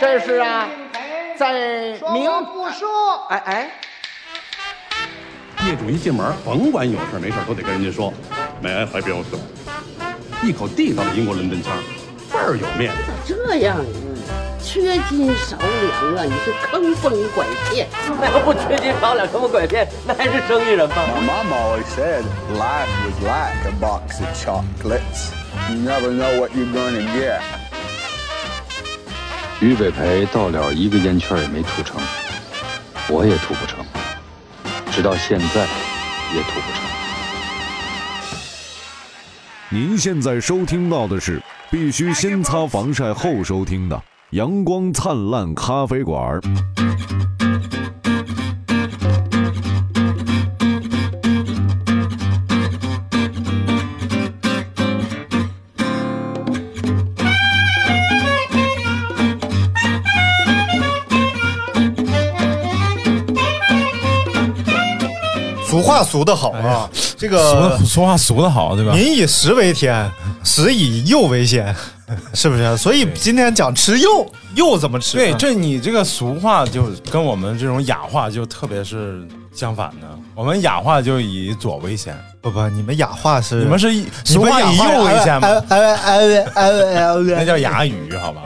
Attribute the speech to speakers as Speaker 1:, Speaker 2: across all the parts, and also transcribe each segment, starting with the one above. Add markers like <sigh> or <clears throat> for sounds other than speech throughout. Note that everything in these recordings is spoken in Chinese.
Speaker 1: 真是啊，在
Speaker 2: 说
Speaker 1: 明
Speaker 2: 我不说，
Speaker 1: 哎哎，
Speaker 3: 业主一进门，甭管有事没事都得跟人家说，May I help you？一口地道的英国伦敦腔，倍儿有面。
Speaker 4: 咋这样啊？缺斤少两啊！你是坑蒙拐骗。
Speaker 5: 那要不缺斤少两，坑蒙拐骗，那还是生意人吗？
Speaker 6: My mom always said life was like a box of chocolates. You never know what you're gonna get.
Speaker 7: 俞北培到了一个烟圈也没吐成，我也吐不成，直到现在也吐不成。
Speaker 8: 您现在收听到的是必须先擦防晒后收听的《阳光灿烂咖啡馆》。
Speaker 9: 俗话俗的好啊，这个
Speaker 10: 俗说话俗的好，对吧？
Speaker 9: 民以食为天，食以肉为先，是不是？所以今天讲吃肉，肉怎么吃？
Speaker 10: 对，这你这个俗话就跟我们这种雅话就特别是相反的。我们雅话就以左为先，
Speaker 9: 不不，你们雅化是
Speaker 10: 你们是以俗话以右为先吗？
Speaker 9: 哎哎哎哎哎哎，
Speaker 10: 那叫雅语，好吧？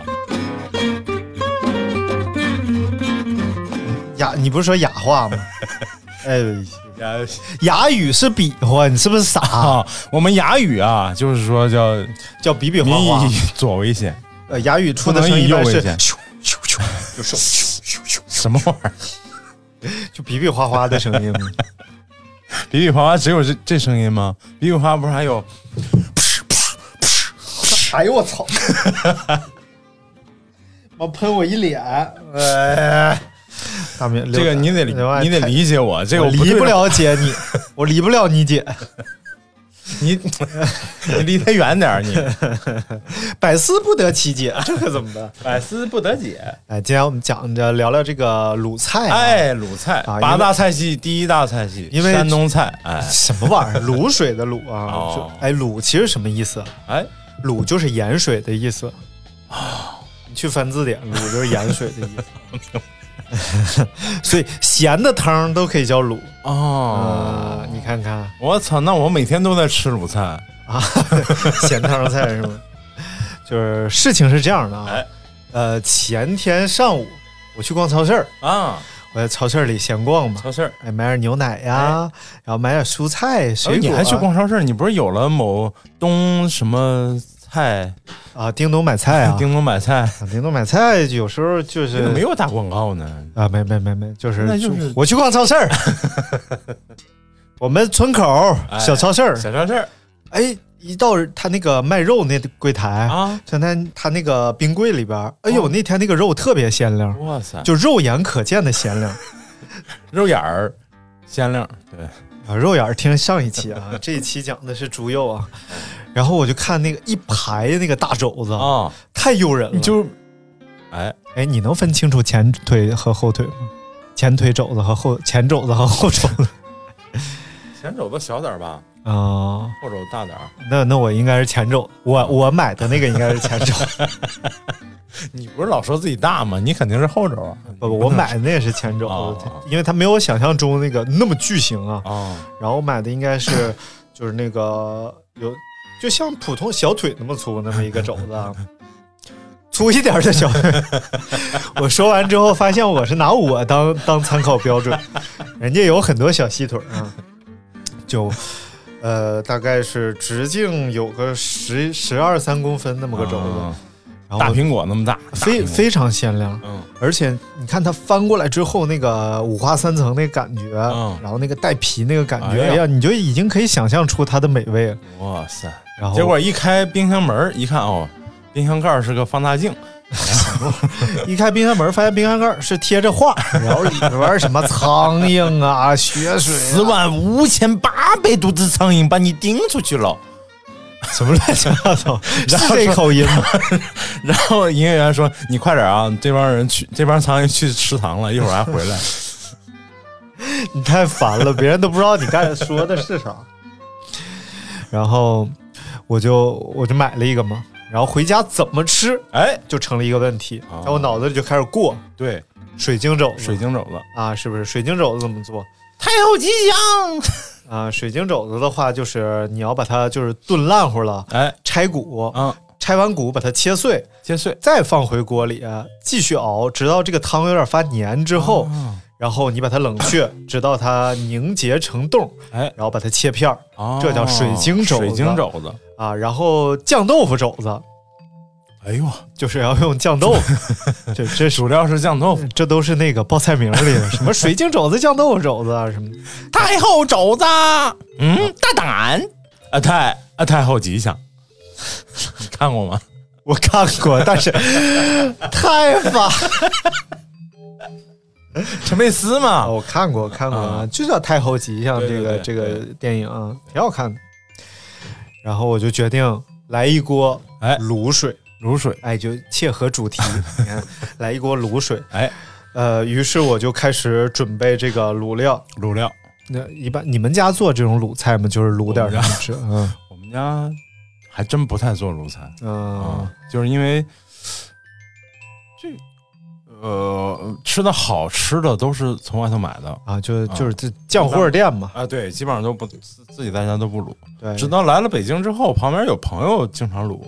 Speaker 9: 雅，你不是说雅化吗？哎，
Speaker 10: 雅
Speaker 9: <laughs> 雅语是比划，你是不是傻？
Speaker 10: 啊， <laughs> 我们雅语啊，就是说叫
Speaker 9: 叫比比划
Speaker 10: 民
Speaker 9: 划
Speaker 10: 以。左为先，
Speaker 9: 呃，雅语
Speaker 10: 不
Speaker 9: 出的
Speaker 10: 能
Speaker 9: 声音
Speaker 10: 以
Speaker 9: 一
Speaker 10: 右
Speaker 9: 般
Speaker 10: 为
Speaker 9: 是
Speaker 10: 先。
Speaker 9: 咻咻咻，
Speaker 10: 什么玩意儿？
Speaker 9: 就比比划划的声音。
Speaker 10: <laughs> 比比划划只有这这声音吗？比比划划不是还有
Speaker 9: 哎呦我
Speaker 10: <laughs>
Speaker 9: 操！我喷我一脸，哎，大明，
Speaker 10: 这个？你得理
Speaker 9: 刘爱
Speaker 10: 你得
Speaker 9: 太
Speaker 10: 理解我，这个
Speaker 9: 我
Speaker 10: 我
Speaker 9: 离
Speaker 10: 对
Speaker 9: 不了解
Speaker 10: <laughs>
Speaker 9: 你，我离不了你姐，
Speaker 10: 你，你离他远点儿，你
Speaker 9: <laughs> 百思不得其解，这可怎么办？
Speaker 10: 百思不得解。
Speaker 9: 哎，今天我们讲着聊聊这个鲁菜、啊，，
Speaker 10: 哎，鲁菜
Speaker 9: 啊因为
Speaker 10: 八大菜系第一大菜系，
Speaker 9: 因为
Speaker 10: 山东菜。哎
Speaker 9: 什么玩意儿？卤水的卤啊，
Speaker 10: 哦
Speaker 9: 就哎，卤其实什么意思？
Speaker 10: 哎，
Speaker 9: 卤就是盐水的意思。你去翻字典，卤就是盐水的意思。
Speaker 10: <laughs>
Speaker 9: 所以咸的汤都可以叫卤啊、
Speaker 10: 哦，
Speaker 9: 你看看
Speaker 10: 我操，那我每天都在吃鲁菜。
Speaker 9: 啊， <laughs> 咸汤菜是吗？就是事情是这样的啊
Speaker 10: 哎，
Speaker 9: 呃，前天上午我去逛超市儿，
Speaker 10: 啊，
Speaker 9: 我在超市儿里闲逛嘛，
Speaker 10: 超市儿。
Speaker 9: 哎，买点牛奶呀、然后买点蔬菜、
Speaker 10: 哎，
Speaker 9: 水
Speaker 10: 你
Speaker 9: 果啊。
Speaker 10: 还去逛超市？你不是有了某东什么菜？
Speaker 9: 啊？叮咚买菜啊，
Speaker 10: 叮咚买菜，
Speaker 9: 啊叮咚买菜，有时候就是
Speaker 10: 这个没有打广告呢。
Speaker 9: 啊，没没没没，就是
Speaker 10: 那就是
Speaker 9: 我去逛超市
Speaker 10: <laughs>
Speaker 9: 儿，我们村口
Speaker 10: 哎
Speaker 9: 小超市儿，
Speaker 10: 小超市儿
Speaker 9: 哎，一到他那个卖肉那柜台，
Speaker 10: 啊，
Speaker 9: 像他他那个冰柜里边儿，哎呦，
Speaker 10: 哦
Speaker 9: 那天那个肉特别鲜亮，
Speaker 10: 哇塞，
Speaker 9: 就肉眼可见的鲜亮 <laughs>
Speaker 10: 肉眼儿鲜亮，对，
Speaker 9: 啊，肉眼儿听上一期啊， <laughs> 这一期讲的是猪肉啊，然后我就看那个一排那个大肘子，
Speaker 10: 啊，
Speaker 9: 太诱人了，
Speaker 10: 就哎，
Speaker 9: 哎，你能分清楚前腿和后腿吗？前腿肘子和后前肘子和后肘子
Speaker 10: 前肘子小点儿吧，
Speaker 9: 啊。
Speaker 10: 后肘大点儿。
Speaker 9: 那那我应该是前肘，我我买的那个应该是前肘，
Speaker 10: 你不是老说自己大吗？你肯定是后肘啊。
Speaker 9: 不不，我买的那也是前肘，
Speaker 10: 哦
Speaker 9: 因为它没有我想象中那个那么巨型啊。
Speaker 10: 啊，
Speaker 9: 然后我买的应该是就是那个有，就像普通小腿那么粗那么一个肘子啊，粗一点的小腿。 <laughs> 我说完之后，发现我是拿我当当参考标准，人家有很多小细腿啊，就。呃，大概是直径有个十十二三公分那么个肘子，
Speaker 10: 啊
Speaker 9: 然后
Speaker 10: 大苹果那么大，
Speaker 9: 非
Speaker 10: 大苹果
Speaker 9: 非常鲜亮，
Speaker 10: 嗯
Speaker 9: 而且你看它翻过来之后那个五花三层那感觉，
Speaker 10: 嗯
Speaker 9: 然后那个带皮那个感觉，
Speaker 10: 哎呀
Speaker 9: 哎呀，哎你就已经可以想象出它的美味了。
Speaker 10: 哇塞！
Speaker 9: 然后
Speaker 10: 结果一开冰箱门儿一看哦，冰箱盖儿是个放大镜，
Speaker 9: <laughs> 一开冰箱门，发现冰箱盖儿是贴着画， <laughs> 然后里边儿什么苍蝇啊、血水、
Speaker 10: 十万五千八百多只苍蝇把你叮出去了。 <laughs>
Speaker 9: 什么乱七八 <laughs> 糟，是
Speaker 10: 然后
Speaker 9: 这口音吗？
Speaker 10: 然后营业员说：“你快点啊，这帮人去，这帮苍蝇去食堂了，一会儿还回来。
Speaker 9: <laughs> 你太烦了，别人都不知道你干说的是啥。然后我就我就买了一个嘛，然后回家怎么吃
Speaker 10: 哎，
Speaker 9: 就成了一个问题，
Speaker 10: 哦
Speaker 9: 在我脑子里就开始过
Speaker 10: 对，
Speaker 9: 水晶肘子，
Speaker 10: 水晶肘子，
Speaker 9: 啊，是不是水晶肘子怎么做
Speaker 10: 太后吉祥。
Speaker 9: <laughs> 啊？水晶肘子的话，就是你要把它就是炖烂乎了，
Speaker 10: 哎，
Speaker 9: 拆骨，
Speaker 10: 啊，
Speaker 9: 拆完骨把它切碎，
Speaker 10: 切碎。
Speaker 9: 再放回锅里啊继续熬，直到这个汤有点发黏之后，
Speaker 10: 哦
Speaker 9: 然后你把它
Speaker 10: <coughs>
Speaker 9: 冷却，直到它凝结成冻，
Speaker 10: 哎，
Speaker 9: 然后把它切片儿
Speaker 10: 哦
Speaker 9: 这叫水晶肘子
Speaker 10: 水晶肘子。
Speaker 9: 啊。然后酱豆腐肘子
Speaker 10: 哎呦，
Speaker 9: 就是要用酱豆腐，
Speaker 10: <laughs>
Speaker 9: 这这是
Speaker 10: 主料是酱豆腐。
Speaker 9: 这都是那个报菜名里的什么水晶肘子、酱豆腐肘子啊什么的。
Speaker 10: 太后肘子，嗯，大胆。啊太啊太后吉祥，你 <laughs> 看过吗？
Speaker 9: 我看过，但 <laughs> 是太烦
Speaker 10: 陈佩斯嘛
Speaker 9: 啊了。我看过，我看过，啊、就叫《太后吉祥》
Speaker 10: 对
Speaker 9: 这个
Speaker 10: 对对
Speaker 9: 这个电影啊，挺好看的。然后我就决定来一锅
Speaker 10: 哎
Speaker 9: 卤水，
Speaker 10: 卤水，
Speaker 9: 哎，就切合主题，你看，来一锅卤水。
Speaker 10: 哎，
Speaker 9: 呃，于是我就开始准备这个卤料。
Speaker 10: 卤料。
Speaker 9: 那一般你们家做这种卤菜吗？就是卤点儿什么吃？嗯
Speaker 10: 我们家还真不太做卤菜
Speaker 9: 嗯
Speaker 10: 啊，就是因为这呃吃的好吃的都是从外头买的
Speaker 9: 啊，就
Speaker 10: 啊
Speaker 9: 就是这酱烩儿店嘛。
Speaker 10: 啊，对，基本上都不自自己在家都不卤。
Speaker 9: 对，
Speaker 10: 直到来了北京之后，旁边有朋友经常卤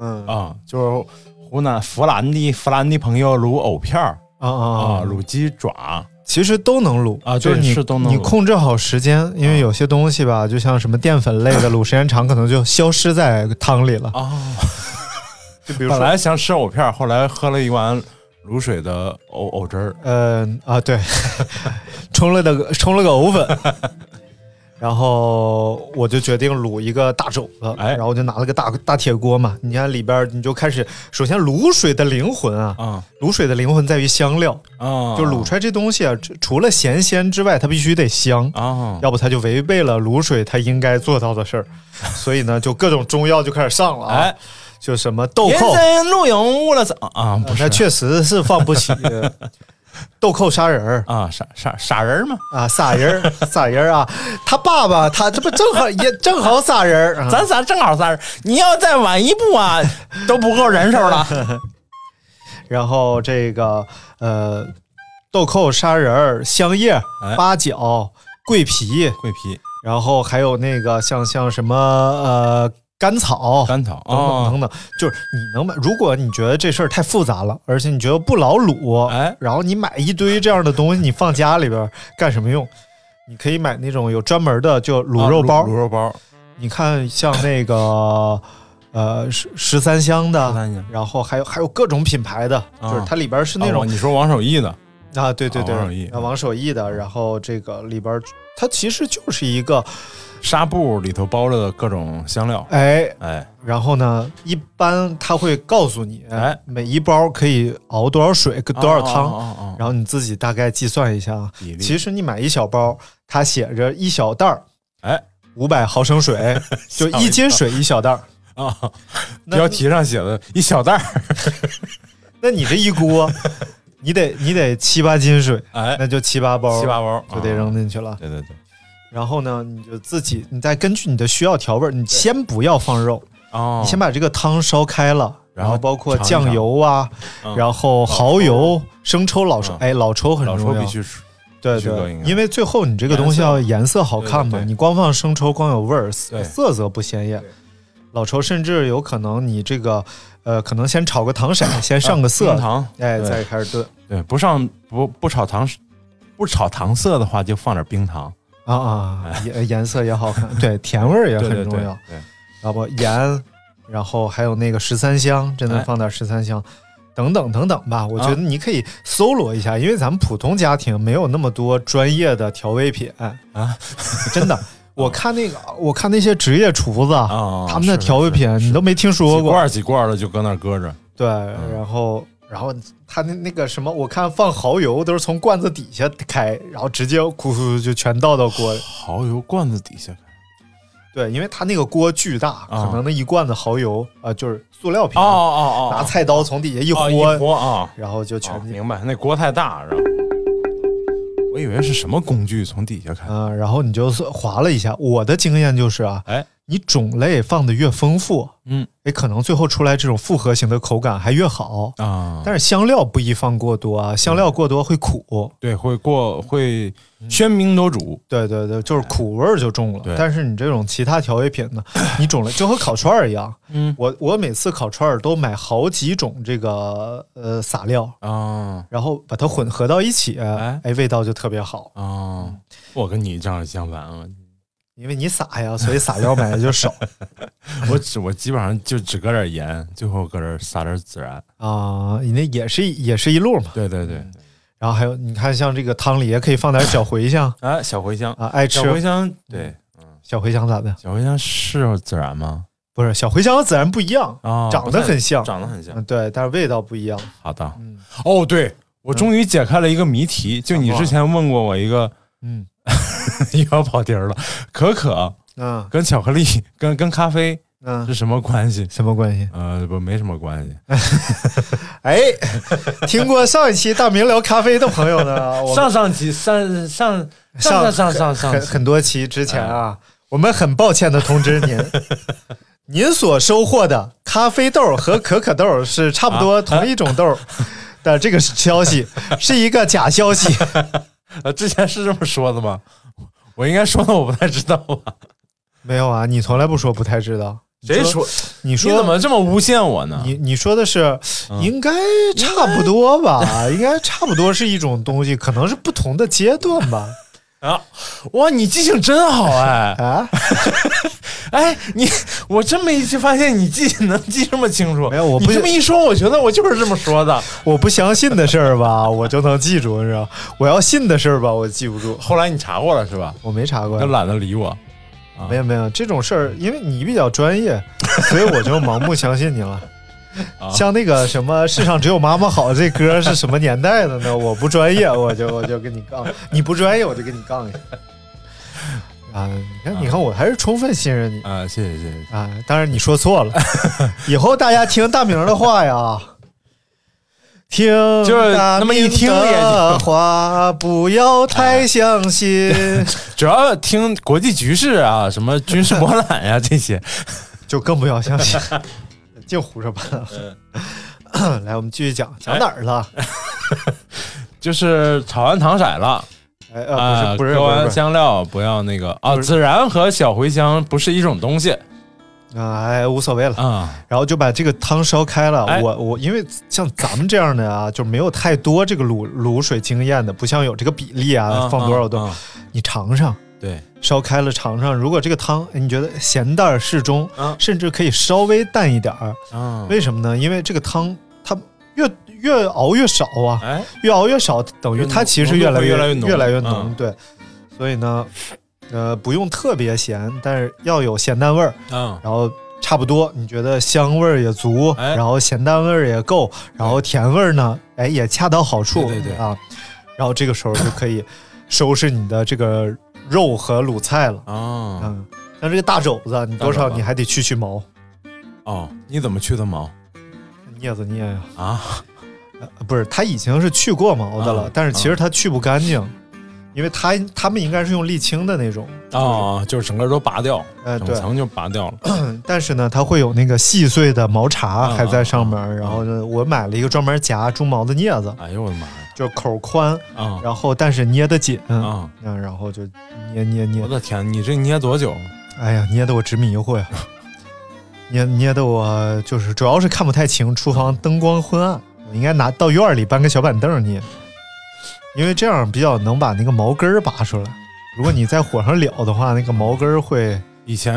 Speaker 9: 嗯啊
Speaker 10: 啊，就是湖南湖南的湖南的朋友卤藕片儿
Speaker 9: 啊
Speaker 10: 啊，
Speaker 9: 啊！
Speaker 10: 卤鸡爪
Speaker 9: 其实都能卤
Speaker 10: 啊
Speaker 9: 就是
Speaker 10: 对
Speaker 9: 你
Speaker 10: 是都能
Speaker 9: 你
Speaker 10: 卤
Speaker 9: 控制好时间，因为有些东西吧，就像什么淀粉类的，卤时间长可能就消失在汤里了。
Speaker 10: 啊。
Speaker 9: <laughs> 就比如
Speaker 10: 本
Speaker 9: 说，
Speaker 10: 来想吃藕片儿，后来喝了一碗卤水的藕藕汁儿，
Speaker 9: 呃啊，对，冲了的冲了个藕粉，然后我就决定卤一个大肘子，
Speaker 10: 哎
Speaker 9: 然后我就拿了个大大铁锅嘛，你看里边儿你就开始，首先卤水的灵魂啊，
Speaker 10: 啊
Speaker 9: 卤水的灵魂在于香料，
Speaker 10: 啊，
Speaker 9: 就卤出来这东西啊，除除了咸鲜之外，它必须得香。
Speaker 10: 啊，
Speaker 9: 要不它就违背了卤水它应该做到
Speaker 10: <laughs>
Speaker 9: 的事儿，所以呢，就各种中药就开始上了啊，
Speaker 10: 哎，
Speaker 9: 就什么豆
Speaker 10: 人
Speaker 9: 蔻，
Speaker 10: 参鹿茸误了草啊，不
Speaker 9: 那
Speaker 10: 是
Speaker 9: 确实是放
Speaker 10: <laughs>
Speaker 9: 不起，豆蔻杀人儿
Speaker 10: 啊，傻傻傻人嘛，
Speaker 9: 啊，撒人
Speaker 10: <laughs>
Speaker 9: 儿撒人儿啊，他爸爸他这不正好也正好撒人儿啊，
Speaker 10: 咱仨正好仨人，你要再晚一步
Speaker 9: <laughs>
Speaker 10: 啊，都不够人手了。
Speaker 9: 然后这个呃，豆蔻杀人儿、香叶
Speaker 10: 哎、
Speaker 9: 八角、桂皮，
Speaker 10: 桂皮、
Speaker 9: 然后还有那个像像什么呃甘草。
Speaker 10: 甘草哦
Speaker 9: 等等等等，就是你能买。如果你觉得这事儿太复杂了，而且你觉得不老卤，
Speaker 10: 哎
Speaker 9: 然后你买一堆这样的东西，你放家里边儿干什么用？你可以买那种有专门的，就卤肉包。
Speaker 10: 啊卤肉包，
Speaker 9: 你看，像那
Speaker 10: <laughs>
Speaker 9: 个呃十十三香的，
Speaker 10: 十三香
Speaker 9: 然后还有还有各种品牌的，
Speaker 10: 啊
Speaker 9: 就是它里边儿是那种
Speaker 10: 啊你说王守义的
Speaker 9: 啊，对对
Speaker 10: 啊
Speaker 9: 对，
Speaker 10: 王守义
Speaker 9: 啊王守义的，然后这个里边儿它其实就是一个
Speaker 10: 纱布里头包着各种香料，
Speaker 9: 哎，
Speaker 10: 哎，
Speaker 9: 然后呢，一般他会告诉你，
Speaker 10: 哎
Speaker 9: 每一包可以熬多少水，跟多少汤，
Speaker 10: 啊啊啊啊
Speaker 9: 然后你自己大概计算一下啊。
Speaker 10: 比例
Speaker 9: 其实你买一小包，它写着一小袋儿，
Speaker 10: 哎，
Speaker 9: 五百毫升
Speaker 10: <laughs>
Speaker 9: 水，就一斤水一小袋儿。
Speaker 10: 啊，
Speaker 9: <laughs> 那
Speaker 10: 标题上写的一小袋儿，
Speaker 9: 那你这一锅，你得你得七八斤水，
Speaker 10: 哎，
Speaker 9: 那就七八包，
Speaker 10: 七八包
Speaker 9: 就得
Speaker 10: 啊
Speaker 9: 扔进去了。
Speaker 10: 对对对，
Speaker 9: 然后呢，你就自己，你再根据你的需要调味儿，你先不要放肉，
Speaker 10: 哦，
Speaker 9: 你先把这个汤烧开了，
Speaker 10: 然
Speaker 9: 然
Speaker 10: 后
Speaker 9: 后包括
Speaker 10: 尝一
Speaker 9: 酱
Speaker 10: 尝
Speaker 9: 油啊，
Speaker 10: 嗯
Speaker 9: 然后蚝油、生抽、老抽
Speaker 10: 嗯，
Speaker 9: 哎，老抽很
Speaker 10: 老
Speaker 9: 重
Speaker 10: 抽
Speaker 9: 要
Speaker 10: 必，须吃，
Speaker 9: 对
Speaker 10: 必须搁
Speaker 9: 对
Speaker 10: 应，该
Speaker 9: 因为最后你这个
Speaker 10: 颜
Speaker 9: 东西
Speaker 10: 色
Speaker 9: 要颜色好
Speaker 10: 对
Speaker 9: 看嘛，
Speaker 10: 对对
Speaker 9: 你光放生抽光有味儿，
Speaker 10: 对
Speaker 9: 色色泽不鲜艳。老抽甚至有可能你这个，呃，可能先炒个糖色，先上个色
Speaker 10: 嗯冰，糖，
Speaker 9: 哎，
Speaker 10: 对
Speaker 9: 再开始炖
Speaker 10: 对，不上不不炒糖，不炒糖色的话，就放点冰糖，
Speaker 9: 啊啊，颜颜色也好看，对，甜味儿也
Speaker 10: 对哎对
Speaker 9: 很
Speaker 10: 对
Speaker 9: 重要。
Speaker 10: 对，
Speaker 9: 要不盐，然后还有那个十三香，真的
Speaker 10: 哎
Speaker 9: 放点十三香，等等等等吧。我觉
Speaker 10: 啊
Speaker 9: 得你可以搜罗一下，因为咱们普通家庭没有那么多专业的调味品
Speaker 10: <laughs>
Speaker 9: 啊，真的。 <laughs> 我看那个，我看那些职业厨子
Speaker 10: 啊
Speaker 9: 他们的
Speaker 10: 是是
Speaker 9: 调味品
Speaker 10: 是
Speaker 9: 你都没听说
Speaker 10: 几罐
Speaker 9: 过，
Speaker 10: 儿几嗯罐儿的就搁那儿搁着，
Speaker 9: 对，然后。然后他那那个什么，我看放蚝油都是从罐子底下开，然后直接咕咕就全倒到锅里。
Speaker 10: 蚝油罐子底下
Speaker 9: 对，因为他那个锅巨大，
Speaker 10: 啊
Speaker 9: 可能那一罐子蚝油啊、呃就是塑料瓶，
Speaker 10: 哦
Speaker 9: 拿菜刀从底下一
Speaker 10: 哦
Speaker 9: 豁，
Speaker 10: 一锅啊，
Speaker 9: 然后就
Speaker 10: 哦
Speaker 9: 全进
Speaker 10: 明白，那锅太大，然后我以为是什么工具从底下开，
Speaker 9: 嗯、然后你就是划了一下。我的经验就是啊，
Speaker 10: 哎，
Speaker 9: 你种类放的越丰富，
Speaker 10: 嗯，
Speaker 9: 哎，可能最后出来这种复合型的口感还越好。
Speaker 10: 啊，
Speaker 9: 但是香料不宜放过多啊，香料过多会苦。
Speaker 10: 对，会过会
Speaker 9: 嗯
Speaker 10: 喧宾夺主，
Speaker 9: 对对对，就是苦味儿就重了
Speaker 10: 对。
Speaker 9: 但是你这种其他调味品呢， <clears throat> 你种类就和烤串儿一样。
Speaker 10: 嗯
Speaker 9: 我我每次烤串儿都买好几种这个呃撒料，
Speaker 10: 啊
Speaker 9: 然后把它混合到一起，
Speaker 10: 哎
Speaker 9: 哎，味道就特别好。
Speaker 10: 啊，
Speaker 9: 嗯
Speaker 10: 我跟你正好相反
Speaker 9: <laughs>
Speaker 10: 啊，
Speaker 9: 因为你撒呀，所以撒料买的就
Speaker 10: <laughs>
Speaker 9: 少
Speaker 10: 我只我基本上就只搁点盐，最后搁点撒点孜然，
Speaker 9: 啊，你那也是也是一路嘛。
Speaker 10: 对对
Speaker 9: 嗯
Speaker 10: 对，
Speaker 9: 然后还有你看，像这个汤里也可以放点小茴香
Speaker 10: 哎，小茴香，
Speaker 9: 啊，爱吃
Speaker 10: 小茴香，对，
Speaker 9: 小茴香咋的？
Speaker 10: 小茴香是孜然吗？
Speaker 9: 不是小茴香和孜然不一样，
Speaker 10: 啊，
Speaker 9: 长得很像
Speaker 10: 不太长得很像
Speaker 9: 嗯，。对，但是味道不一样。
Speaker 10: 好的，
Speaker 9: 嗯
Speaker 10: 哦，对，我终于解开了一个谜题，就你之前问过我一个，
Speaker 9: 嗯
Speaker 10: <laughs> 又要跑题儿了，可可
Speaker 9: 嗯
Speaker 10: 跟巧克力跟跟咖啡是
Speaker 9: 嗯，
Speaker 10: 什么关系？
Speaker 9: 什么
Speaker 10: <laughs>
Speaker 9: 关系？
Speaker 10: 呃，不，没什么关系。
Speaker 9: 哎，听过上一期大明聊咖啡的朋
Speaker 10: <laughs>
Speaker 9: 友呢，我们
Speaker 10: 上上期上上上上上嗯上上，
Speaker 9: 很很多期之前啊，我们很抱歉的通
Speaker 10: <laughs>
Speaker 9: 知您，您所收获的咖啡豆和可可豆是差不
Speaker 10: 啊
Speaker 9: 多同一种豆
Speaker 10: <laughs>
Speaker 9: 的这个消息，是一个假消
Speaker 10: <laughs>
Speaker 9: 息。
Speaker 10: 呃，之前是这么说的吗？我应该说的我不太知道吧？
Speaker 9: 没有啊，你从来不说不太知道，
Speaker 10: 谁说？
Speaker 9: 你
Speaker 10: 你
Speaker 9: 说
Speaker 10: 怎么这嗯么诬陷我呢？
Speaker 9: 你你说的是应该差不多吧？应该差不多是一种东西，可能是不同的阶段
Speaker 10: <laughs>
Speaker 9: 吧？
Speaker 10: 啊，哇，你记性真好
Speaker 9: <laughs>
Speaker 10: 哎！
Speaker 9: 啊，
Speaker 10: <laughs> 哎，你我真没发现你记能记这么清楚。
Speaker 9: 没有我
Speaker 10: 你
Speaker 9: 不
Speaker 10: 这么一说，我觉得我就是这么说的。
Speaker 9: 我不相信的事儿吧，我就能记住，你知道？我要信的事儿吧，我记不住。
Speaker 10: 后来你查过了是吧？
Speaker 9: 我没查过
Speaker 10: 都，懒得理我。
Speaker 9: 没有没有这种事儿，因为你比较专
Speaker 10: <laughs>
Speaker 9: 业，所以我就盲目相信你了。
Speaker 10: 啊
Speaker 9: 像那个什么“世上只有妈妈好”这歌是什么年代的呢？我不专业，我就我就跟你杠；你不专业，我就跟你杠一下。啊，你看，你看，我还是充分信任你
Speaker 10: 啊，谢谢谢谢。
Speaker 9: 啊。当然，你说错了。以后大家听大明的话呀，听
Speaker 10: 就是
Speaker 9: 大
Speaker 10: 那么一
Speaker 9: 明
Speaker 10: 听也
Speaker 9: 的话，不要太
Speaker 10: <laughs>
Speaker 9: 相信，
Speaker 10: 主要听国际局势啊，什么军事博览呀、这些。 <laughs>
Speaker 9: 就更不要相信，净胡说八
Speaker 10: 嗯
Speaker 9: 道。 <coughs> 来，我们继续讲，讲哪儿了？
Speaker 10: 啊就是炒完糖色了
Speaker 9: 哎，
Speaker 10: 啊，
Speaker 9: 呃，不是，
Speaker 10: 搁
Speaker 9: 不是，
Speaker 10: 完
Speaker 9: 不是，
Speaker 10: 香料不要那个啊，
Speaker 9: 不是
Speaker 10: 孜然和小茴香不是一种东西
Speaker 9: 啊，哎，无所谓了。
Speaker 10: 啊。
Speaker 9: 然后就把这个汤烧开了。
Speaker 10: 哎
Speaker 9: 我我因为像咱们这样的啊，就没有太多这个卤卤水经验的，不像有这个比例啊，
Speaker 10: 啊
Speaker 9: 放多少度，
Speaker 10: 啊啊
Speaker 9: 你尝尝。
Speaker 10: 对，
Speaker 9: 烧开了尝尝，如果这个汤哎你觉得咸淡儿适中，
Speaker 10: 啊
Speaker 9: 甚至可以稍微淡一点儿，
Speaker 10: 嗯，
Speaker 9: 为什么呢？因为这个汤它越越熬越少啊，
Speaker 10: 哎，
Speaker 9: 越熬越少，等于
Speaker 10: 就
Speaker 9: 它其实
Speaker 10: 浓度
Speaker 9: 越来
Speaker 10: 会
Speaker 9: 越
Speaker 10: 越来越浓
Speaker 9: 浓。
Speaker 10: 嗯
Speaker 9: 对，所以呢，呃，不用特别咸，但是要有咸淡味儿，
Speaker 10: 嗯，
Speaker 9: 然后差不多，你觉得香味儿也足，
Speaker 10: 哎
Speaker 9: 然后咸淡味儿也够，然后甜味儿呢，哎，也恰到好处，
Speaker 10: 对对对
Speaker 9: 啊，然后这个时候就可以收拾你的这个肉和卤菜了，
Speaker 10: 哦
Speaker 9: 嗯。像这个大肘子，你多
Speaker 10: 大
Speaker 9: 少
Speaker 10: 肘子
Speaker 9: 你还得去去毛，
Speaker 10: 哦，你怎么去的毛
Speaker 9: 镊子捏呀、
Speaker 10: 啊？
Speaker 9: 呃不是，它已经是去过毛的了，
Speaker 10: 啊
Speaker 9: 但是其实它去不干净，因为它他们应该是用沥青的那种，
Speaker 10: 哦，就是整个都拔掉，
Speaker 9: 呃，
Speaker 10: 整
Speaker 9: 对，
Speaker 10: 层就拔掉
Speaker 9: <clears throat>
Speaker 10: 了。
Speaker 9: 但是呢，它会有那个细碎的毛茬
Speaker 10: 嗯
Speaker 9: 还在上面。然后呢，我买了一个专门夹猪毛的镊子，
Speaker 10: 哎呦我的妈呀！
Speaker 9: 就是口宽，
Speaker 10: 啊
Speaker 9: 然后但是捏得紧，嗯，
Speaker 10: 啊！
Speaker 9: 然后就捏捏捏
Speaker 10: 我，的天，你这捏多久？
Speaker 9: 哎呀，捏得我直迷糊呀，捏捏得我就是主要是看不太清，厨房灯光昏暗，我应该拿到院儿里搬个小板凳捏，因为这样比较能把那个毛根儿拔出来。如果你在火上燎的话，那个毛根儿会，
Speaker 10: 以前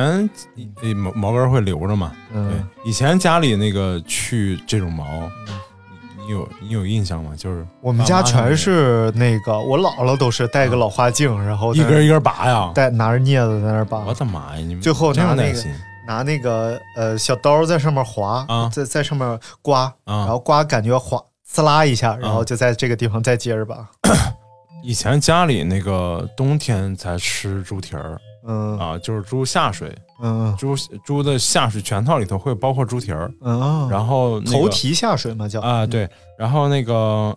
Speaker 10: 呃毛毛根儿会留着嘛？
Speaker 9: 嗯，
Speaker 10: 对，以前家里那个去这种毛，你你有你有印象吗？就是
Speaker 9: 我们家全是那个，我姥姥都是戴个老花镜，然后
Speaker 10: 一
Speaker 9: 在那儿
Speaker 10: 根一根拔呀。
Speaker 9: 戴拿着镊子在那儿拔
Speaker 10: 我，的妈呀！你们
Speaker 9: 最后
Speaker 10: 真
Speaker 9: 拿
Speaker 10: 有
Speaker 9: 那
Speaker 10: 耐
Speaker 9: 个
Speaker 10: 心
Speaker 9: 拿那个呃小刀在上面划，
Speaker 10: 啊
Speaker 9: 在在上面刮，然
Speaker 10: 啊
Speaker 9: 后！刮感觉划刺啦一下，然后就在这个地方再接着拔。
Speaker 10: 以前家里那个冬天才吃猪蹄儿
Speaker 9: 嗯
Speaker 10: 啊，就是猪下水，
Speaker 9: 嗯
Speaker 10: 猪猪的下水全套里头会包括猪蹄儿，
Speaker 9: 嗯啊，
Speaker 10: 然后那个
Speaker 9: 头蹄下水嘛叫
Speaker 10: 啊，，对，然后那个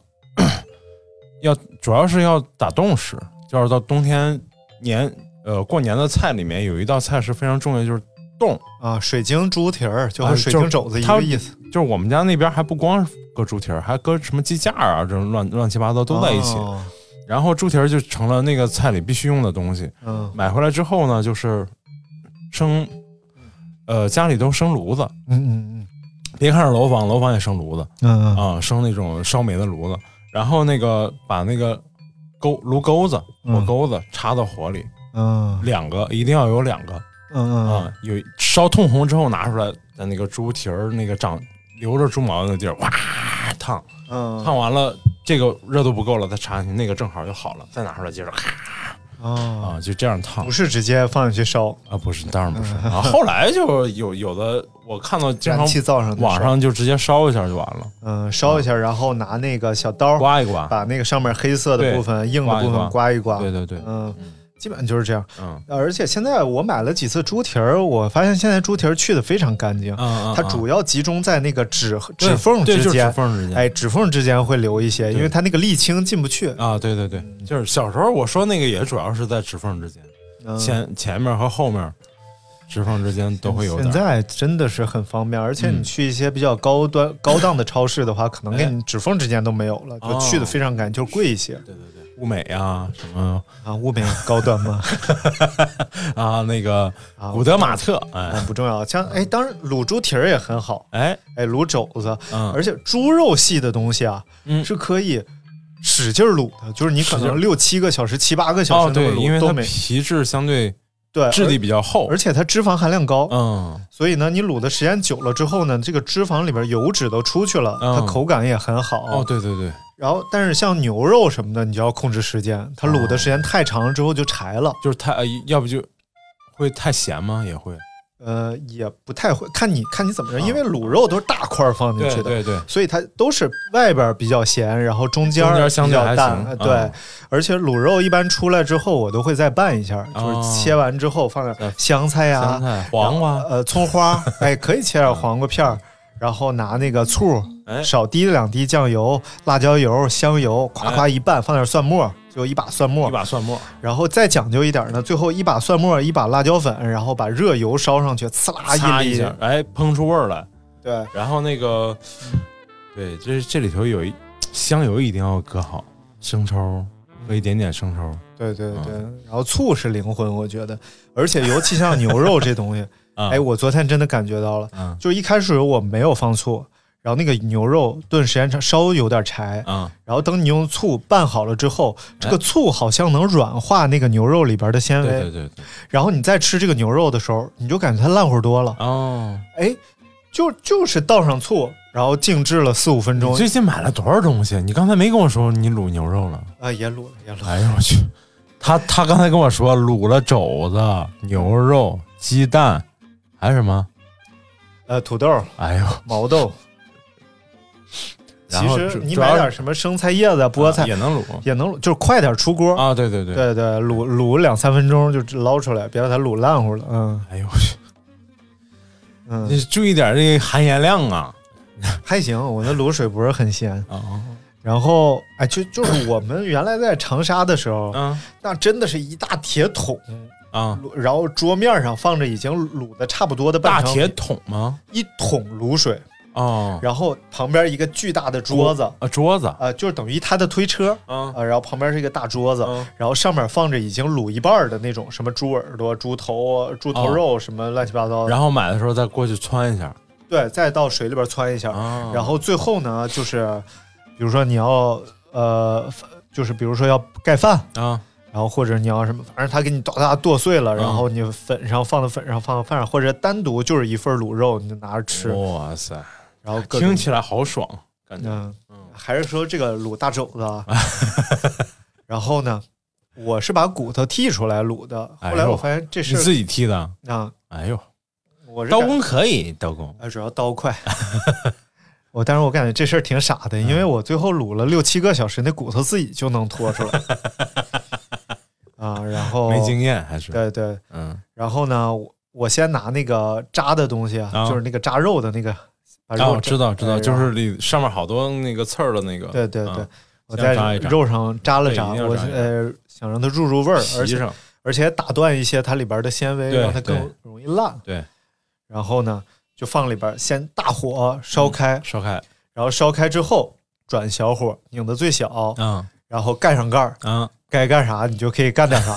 Speaker 10: 要主要是要打洞食，就是到冬天年呃过年的菜里面有一道菜是非常重要的，就是冻，
Speaker 9: 啊，水晶猪蹄儿就和
Speaker 10: 啊
Speaker 9: 水
Speaker 10: 就
Speaker 9: 晶
Speaker 10: 是
Speaker 9: 肘子一
Speaker 10: 它
Speaker 9: 个意思，
Speaker 10: 就是我们家那边还不光是搁猪蹄儿，还搁什么鸡架啊，这种乱乱七八糟都在一起。
Speaker 9: 哦
Speaker 10: 然后猪蹄儿就成了那个菜里必须用的东西。
Speaker 9: 嗯
Speaker 10: 买回来之后呢，就是生，呃，家里都生炉子，
Speaker 9: 嗯嗯
Speaker 10: 别看是楼房，楼房也生炉子
Speaker 9: 嗯嗯
Speaker 10: 啊、生那种烧煤的炉子。然后那个把那个钩炉钩子、
Speaker 9: 嗯
Speaker 10: 火钩子插到火里，
Speaker 9: 嗯
Speaker 10: 两个一定要有两个
Speaker 9: 嗯
Speaker 10: 啊、
Speaker 9: 嗯
Speaker 10: 有烧通红之后拿出来，在那个猪蹄儿那个长留着猪毛的地儿，哇烫。
Speaker 9: 嗯
Speaker 10: 烫完了，这个热度不够了，再插进去，那个正好就好了，再拿出来接着咔
Speaker 9: 啊，
Speaker 10: 啊，就这样烫
Speaker 9: 不是直接放进去烧，
Speaker 10: 啊，不是，当然不是啊。后来就有有的我看到经
Speaker 9: 燃
Speaker 10: 常
Speaker 9: 气灶上的
Speaker 10: 网
Speaker 9: 烧
Speaker 10: 上就直接烧一下就完了，
Speaker 9: 嗯烧一下，然后拿那个小刀
Speaker 10: 刮一刮，
Speaker 9: 把那个上面黑色的
Speaker 10: 对
Speaker 9: 部分、硬的
Speaker 10: 刮一
Speaker 9: 部分
Speaker 10: 刮
Speaker 9: 刮一刮，
Speaker 10: 啊对对对，
Speaker 9: 嗯，基本就是这样。
Speaker 10: 嗯
Speaker 9: 而且现在我买了几次猪蹄儿，我发现现在猪蹄儿去的非常干净，
Speaker 10: 嗯，
Speaker 9: 它主要集中在那个指
Speaker 10: 对
Speaker 9: 指缝
Speaker 10: 对
Speaker 9: 之
Speaker 10: 就是指
Speaker 9: 间，
Speaker 10: 缝之间，
Speaker 9: 哎，指缝之间会留一些，因为
Speaker 10: 对
Speaker 9: 它那个沥青进不去。
Speaker 10: 啊，对对对，就是小时候我说那个也主要是在指缝之间，
Speaker 9: 嗯
Speaker 10: 前前面和后面指缝之间都会有
Speaker 9: 嗯现
Speaker 10: 点儿。
Speaker 9: 在真的是很方便，而且你
Speaker 10: 嗯
Speaker 9: 去一些比较高端、
Speaker 10: <laughs>
Speaker 9: 高档的超市的话，可能
Speaker 10: 哎
Speaker 9: 给你指缝之间都没有了，就
Speaker 10: 哦
Speaker 9: 去的非常干净，就是贵一些
Speaker 10: 对对对，物美啊，什么
Speaker 9: <laughs>
Speaker 10: <laughs>
Speaker 9: 啊。物美高端嘛，
Speaker 10: 啊，那个
Speaker 9: 啊
Speaker 10: 古德马特，哎
Speaker 9: 啊不重要。像哎，当然卤猪蹄儿也很好，
Speaker 10: 哎，
Speaker 9: 哎，卤肘子，
Speaker 10: 嗯，
Speaker 9: 而且猪肉系的东西啊，
Speaker 10: 嗯
Speaker 9: 是可以使劲儿卤的，就是你可
Speaker 10: 使劲
Speaker 9: 能
Speaker 10: 儿
Speaker 9: 六七个小时、七八个小
Speaker 10: 哦，
Speaker 9: 时那么
Speaker 10: 对，因为
Speaker 9: 卤都
Speaker 10: 它
Speaker 9: 没
Speaker 10: 皮质相对
Speaker 9: 对
Speaker 10: 质地比较厚
Speaker 9: 而，哦而且它脂肪含量高，
Speaker 10: 嗯，
Speaker 9: 所以呢，你卤的时间久了之后呢，这个脂肪里边油脂都出去了，
Speaker 10: 嗯
Speaker 9: 它口感也很好。
Speaker 10: 哦，对对对，
Speaker 9: 然后，但是像牛肉什么的，你就要控制时间，
Speaker 10: 哦
Speaker 9: 它卤的时间太长了之后就柴了。
Speaker 10: 就是太，呃要不就会太咸吗？也会，
Speaker 9: 呃，也不太会看你看你怎么着，因为卤肉都是大块儿放进
Speaker 10: 对
Speaker 9: 去的，
Speaker 10: 对对，
Speaker 9: 所以它都是外边比较咸，然后中间
Speaker 10: 中
Speaker 9: 儿
Speaker 10: 间相
Speaker 9: 比
Speaker 10: 对
Speaker 9: 较
Speaker 10: 还
Speaker 9: 淡。
Speaker 10: 行
Speaker 9: 呃
Speaker 10: 嗯
Speaker 9: 对，而且卤肉一般出来之后，我都会再拌一下，就是
Speaker 10: 哦
Speaker 9: 切完之后放点
Speaker 10: 呃
Speaker 9: 香菜呀、
Speaker 10: 香菜、黄瓜，
Speaker 9: 呃，葱花，
Speaker 10: <laughs>
Speaker 9: 哎，可以切点黄瓜片儿，然后拿那个醋，
Speaker 10: 哎
Speaker 9: 少滴两滴酱油、辣椒油、香油，夸
Speaker 10: 哎
Speaker 9: 夸一拌，放点蒜末，就一把蒜末
Speaker 10: 一，把蒜末，
Speaker 9: 然后再讲究一点呢，最后一把蒜末，一把辣椒粉，然后把热油烧上去，呲啦
Speaker 10: 擦
Speaker 9: 一
Speaker 10: 一
Speaker 9: 粒，
Speaker 10: 下，哎，烹出味儿来。
Speaker 9: 对，
Speaker 10: 然后那个，对，这这里头有一香油一定要搁好，生抽搁一点点生抽
Speaker 9: 对对对，
Speaker 10: 嗯
Speaker 9: 然后醋是灵魂，我觉得，而且尤其像牛肉这东西，
Speaker 10: <laughs> 啊，
Speaker 9: 哎，我昨天真的感觉到了，
Speaker 10: 啊
Speaker 9: 就一开始我没有放醋，然后那个牛肉炖时间长，稍微有点柴，
Speaker 10: 啊，
Speaker 9: 然后等你用醋拌好了之后，这个
Speaker 10: 哎
Speaker 9: 醋好像能软化那个牛肉里边的纤
Speaker 10: 对
Speaker 9: 维，
Speaker 10: 对对对，
Speaker 9: 然后你再吃这个牛肉的时候，你就感觉它烂乎多了。
Speaker 10: 哦，
Speaker 9: 哎，就就是倒上醋，然后静置了四五分钟
Speaker 10: 你，最近买了多少东西？你刚才没跟我说你卤牛肉了。
Speaker 9: 啊，也卤了，也卤了。
Speaker 10: 哎呦我去！他他刚才跟我说卤了肘子、牛肉、鸡蛋，还有什么？
Speaker 9: 呃，土豆、
Speaker 10: 哎呦，
Speaker 9: 毛豆，
Speaker 10: 然
Speaker 9: 其
Speaker 10: 后
Speaker 9: 实
Speaker 10: 主
Speaker 9: 你
Speaker 10: 主
Speaker 9: 买
Speaker 10: 要
Speaker 9: 点什么生菜叶子、菠菜
Speaker 10: 也能卤
Speaker 9: 也能卤，就是快点出锅。
Speaker 10: 啊！对对对，
Speaker 9: 对对，卤卤两三分钟就捞出来，别让它卤烂乎了。嗯
Speaker 10: 哎呦我去！
Speaker 9: 嗯，
Speaker 10: 你注意点这个含盐量啊！
Speaker 9: 还行，我那卤水不是很鲜。
Speaker 10: 啊
Speaker 9: 然后，哎，就就是我们原来在长沙的时候，
Speaker 10: 啊
Speaker 9: 那真的是一大铁桶，
Speaker 10: 啊！
Speaker 9: 卤然后桌面上放着已经卤的差不多的
Speaker 10: 大
Speaker 9: 半成
Speaker 10: 铁
Speaker 9: 品，
Speaker 10: 桶吗？
Speaker 9: 一桶卤水，
Speaker 10: 哦，
Speaker 9: 然后旁边一个巨大的桌子，
Speaker 10: 啊桌子
Speaker 9: 呃，就是等于它的推车，
Speaker 10: 啊
Speaker 9: 呃，然后旁边是一个大桌子，
Speaker 10: 嗯
Speaker 9: 然后上面放着已经卤一半儿的那种什么猪耳朵、猪头、啊猪头肉、什么乱七八糟的，
Speaker 10: 哦然后买的时候再过去汆一下
Speaker 9: 对，再到水里边汆一下，
Speaker 10: 啊
Speaker 9: 然后最后呢，就是比如说你要呃，就是比如说要盖饭。
Speaker 10: 啊
Speaker 9: 然后或者你要什么，反正他给你哒哒剁碎了，
Speaker 10: 嗯
Speaker 9: 然后你粉上放到粉上放到饭上，或者单独就是一份卤肉，你就拿着吃，
Speaker 10: 哇塞，
Speaker 9: 然后
Speaker 10: 哦
Speaker 9: 各种
Speaker 10: 听起来好爽，感觉
Speaker 9: 嗯，还是说这个卤大肘
Speaker 10: <laughs>
Speaker 9: 子啊，然后呢，我是把骨头剔出来卤的，后
Speaker 10: 哎
Speaker 9: 来
Speaker 10: 呦
Speaker 9: 我发现这
Speaker 10: 你
Speaker 9: 事
Speaker 10: 自
Speaker 9: 儿
Speaker 10: 己剔的？
Speaker 9: 啊，
Speaker 10: 哎呦，
Speaker 9: 我是
Speaker 10: 刀
Speaker 9: 感
Speaker 10: 工可以，刀工
Speaker 9: 啊，主要
Speaker 10: <laughs>
Speaker 9: 刀快。我但是我感觉这事儿挺傻的，因为
Speaker 10: 嗯
Speaker 9: 我最后卤了六七个小时，那骨头自己就能脱出
Speaker 10: <laughs>
Speaker 9: 来啊，然后
Speaker 10: 没经验还是
Speaker 9: 对对，
Speaker 10: 嗯
Speaker 9: 然后呢，我我先拿那个扎的东西啊，
Speaker 10: 啊
Speaker 9: 就是那个扎肉的那个，把
Speaker 10: 啊，
Speaker 9: 肉
Speaker 10: 我
Speaker 9: 扎、
Speaker 10: 知道知道，
Speaker 9: 哎
Speaker 10: 就是里上面好多那个刺儿的那个，
Speaker 9: 对对对，
Speaker 10: 啊
Speaker 9: 我
Speaker 10: 先扎
Speaker 9: 在
Speaker 10: 一扎嗯
Speaker 9: 肉上扎了
Speaker 10: 对
Speaker 9: 扎，
Speaker 10: 一定要
Speaker 9: 我
Speaker 10: 扎一扎
Speaker 9: 呃想让它入入味儿，而
Speaker 10: 皮
Speaker 9: 且
Speaker 10: 上
Speaker 9: 而且打断一些它里边的纤维，
Speaker 10: 对
Speaker 9: 让它更
Speaker 10: 对
Speaker 9: 容易烂。
Speaker 10: 对，
Speaker 9: 然后呢就放里边儿，先大火
Speaker 10: 嗯
Speaker 9: 烧开，
Speaker 10: 烧开，
Speaker 9: 然后烧开之后转小火，拧的最小，
Speaker 10: 嗯
Speaker 9: 然后盖上盖儿，
Speaker 10: 嗯
Speaker 9: 该干啥你就可以干点
Speaker 10: <laughs>
Speaker 9: 啥。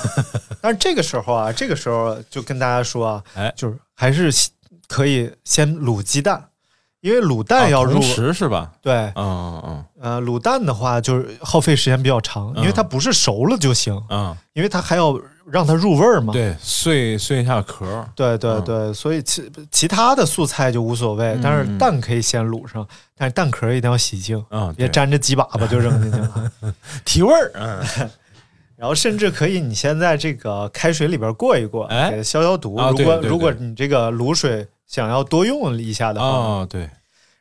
Speaker 9: 但是这个时候啊，这个时候就跟大家说啊，
Speaker 10: 哎
Speaker 9: 就是还是先可以先卤鸡蛋，因为卤蛋要
Speaker 10: 啊
Speaker 9: 入、
Speaker 10: 同时是吧？
Speaker 9: 对，
Speaker 10: 嗯嗯
Speaker 9: 呃，卤蛋的话就是耗费时间比较长，因为它不是熟了就行，
Speaker 10: 嗯
Speaker 9: 因为它还要让它入味儿
Speaker 10: 嗯，。
Speaker 9: 嘛
Speaker 10: 对，嗯碎碎一下壳儿，
Speaker 9: 对对对，所以其其他的素菜就无所
Speaker 10: 嗯
Speaker 9: 谓，但是蛋可以先卤上，但是蛋壳一定要洗净，
Speaker 10: 嗯，
Speaker 9: 别
Speaker 10: 对
Speaker 9: 沾着鸡粑粑就扔进去了。
Speaker 10: <laughs> 提味儿，嗯
Speaker 9: <laughs> 然后甚至可以，你先在这个开水里边过一过，
Speaker 10: 哎
Speaker 9: 给它消消毒。
Speaker 10: 啊
Speaker 9: 如
Speaker 10: 对
Speaker 9: 果
Speaker 10: 对对
Speaker 9: 如果你这个卤水想要多用一下的话，
Speaker 10: 哦，对，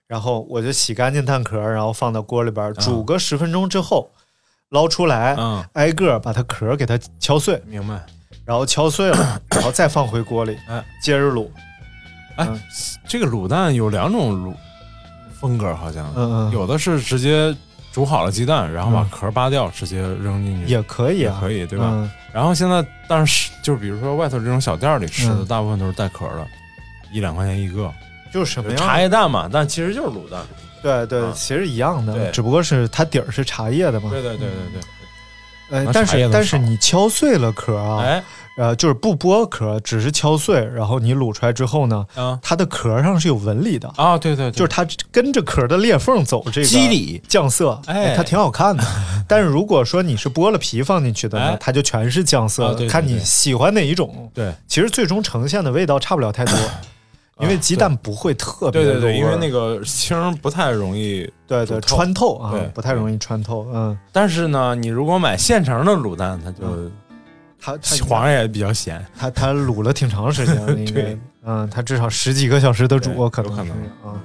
Speaker 9: 然后我就洗干净蛋壳，然后放到锅里边煮个十分钟之后，捞出来，
Speaker 10: 嗯，
Speaker 9: 挨个儿把它壳给它敲碎，
Speaker 10: 明白。
Speaker 9: 然后敲碎
Speaker 10: <coughs>
Speaker 9: 了，然后再放回锅里
Speaker 10: 哎，
Speaker 9: 接着卤。
Speaker 10: 哎
Speaker 9: 嗯，
Speaker 10: 这个卤蛋有两种卤风格，好像
Speaker 9: 嗯嗯，
Speaker 10: 有的是直接煮好了鸡蛋，然后把
Speaker 9: 嗯
Speaker 10: 壳扒掉，直接扔进去，
Speaker 9: 也可以
Speaker 10: 也
Speaker 9: 啊，
Speaker 10: 可
Speaker 9: 以
Speaker 10: 以，对吧？然后现在，但是就是比如说外头这种小店里吃的，
Speaker 9: 嗯
Speaker 10: 大部分都是带壳的，一两块钱一个，
Speaker 9: 就是什么
Speaker 10: 就
Speaker 9: 样
Speaker 10: 茶叶蛋嘛，但其实就是卤蛋。
Speaker 9: 对对
Speaker 10: 啊，
Speaker 9: 其实一样的，
Speaker 10: 对
Speaker 9: 只不过是它底儿是茶叶的嘛。
Speaker 10: 对对对对
Speaker 9: 嗯
Speaker 10: 对，
Speaker 9: 呃
Speaker 10: 那，
Speaker 9: 但
Speaker 10: 茶叶
Speaker 9: 是
Speaker 10: 能
Speaker 9: 但是
Speaker 10: 少
Speaker 9: 你敲碎了壳啊，
Speaker 10: 哎，
Speaker 9: 呃，就是不剥壳，只是敲碎，然后你卤出来之后呢，
Speaker 10: 啊
Speaker 9: 它的壳上是有纹理的，
Speaker 10: 啊，对对，对
Speaker 9: 就是它跟着壳的裂缝走这个
Speaker 10: 肌理
Speaker 9: 酱色，
Speaker 10: 哎
Speaker 9: 它挺好
Speaker 10: <laughs>
Speaker 9: 看的。但是如果说你是剥了皮放进去的呢，
Speaker 10: 哎
Speaker 9: 它就全是酱色
Speaker 10: 啊
Speaker 9: 的，
Speaker 10: 对对
Speaker 9: 看你
Speaker 10: 对
Speaker 9: 喜欢哪一种。
Speaker 10: 对啊
Speaker 9: 其实最终呈现的味道差不了太多，因为鸡蛋不会特别
Speaker 10: 对对
Speaker 9: 入味
Speaker 10: 对，因为那
Speaker 9: 个
Speaker 10: 个青儿不太容易。
Speaker 9: 对对
Speaker 10: 煮透
Speaker 9: 穿透啊
Speaker 10: 对，
Speaker 9: 不太容易穿透。嗯，
Speaker 10: 但是呢，你如果买现成的卤蛋，它就
Speaker 9: 它它
Speaker 10: 皇上也比较咸。
Speaker 9: 他他卤了挺长时间
Speaker 10: <laughs>
Speaker 9: 了，应该
Speaker 10: 对，
Speaker 9: 嗯，他至少十几个小时
Speaker 10: 对
Speaker 9: 的煮，
Speaker 10: 有
Speaker 9: 可能
Speaker 10: 可
Speaker 9: 是
Speaker 10: 能
Speaker 9: 啊。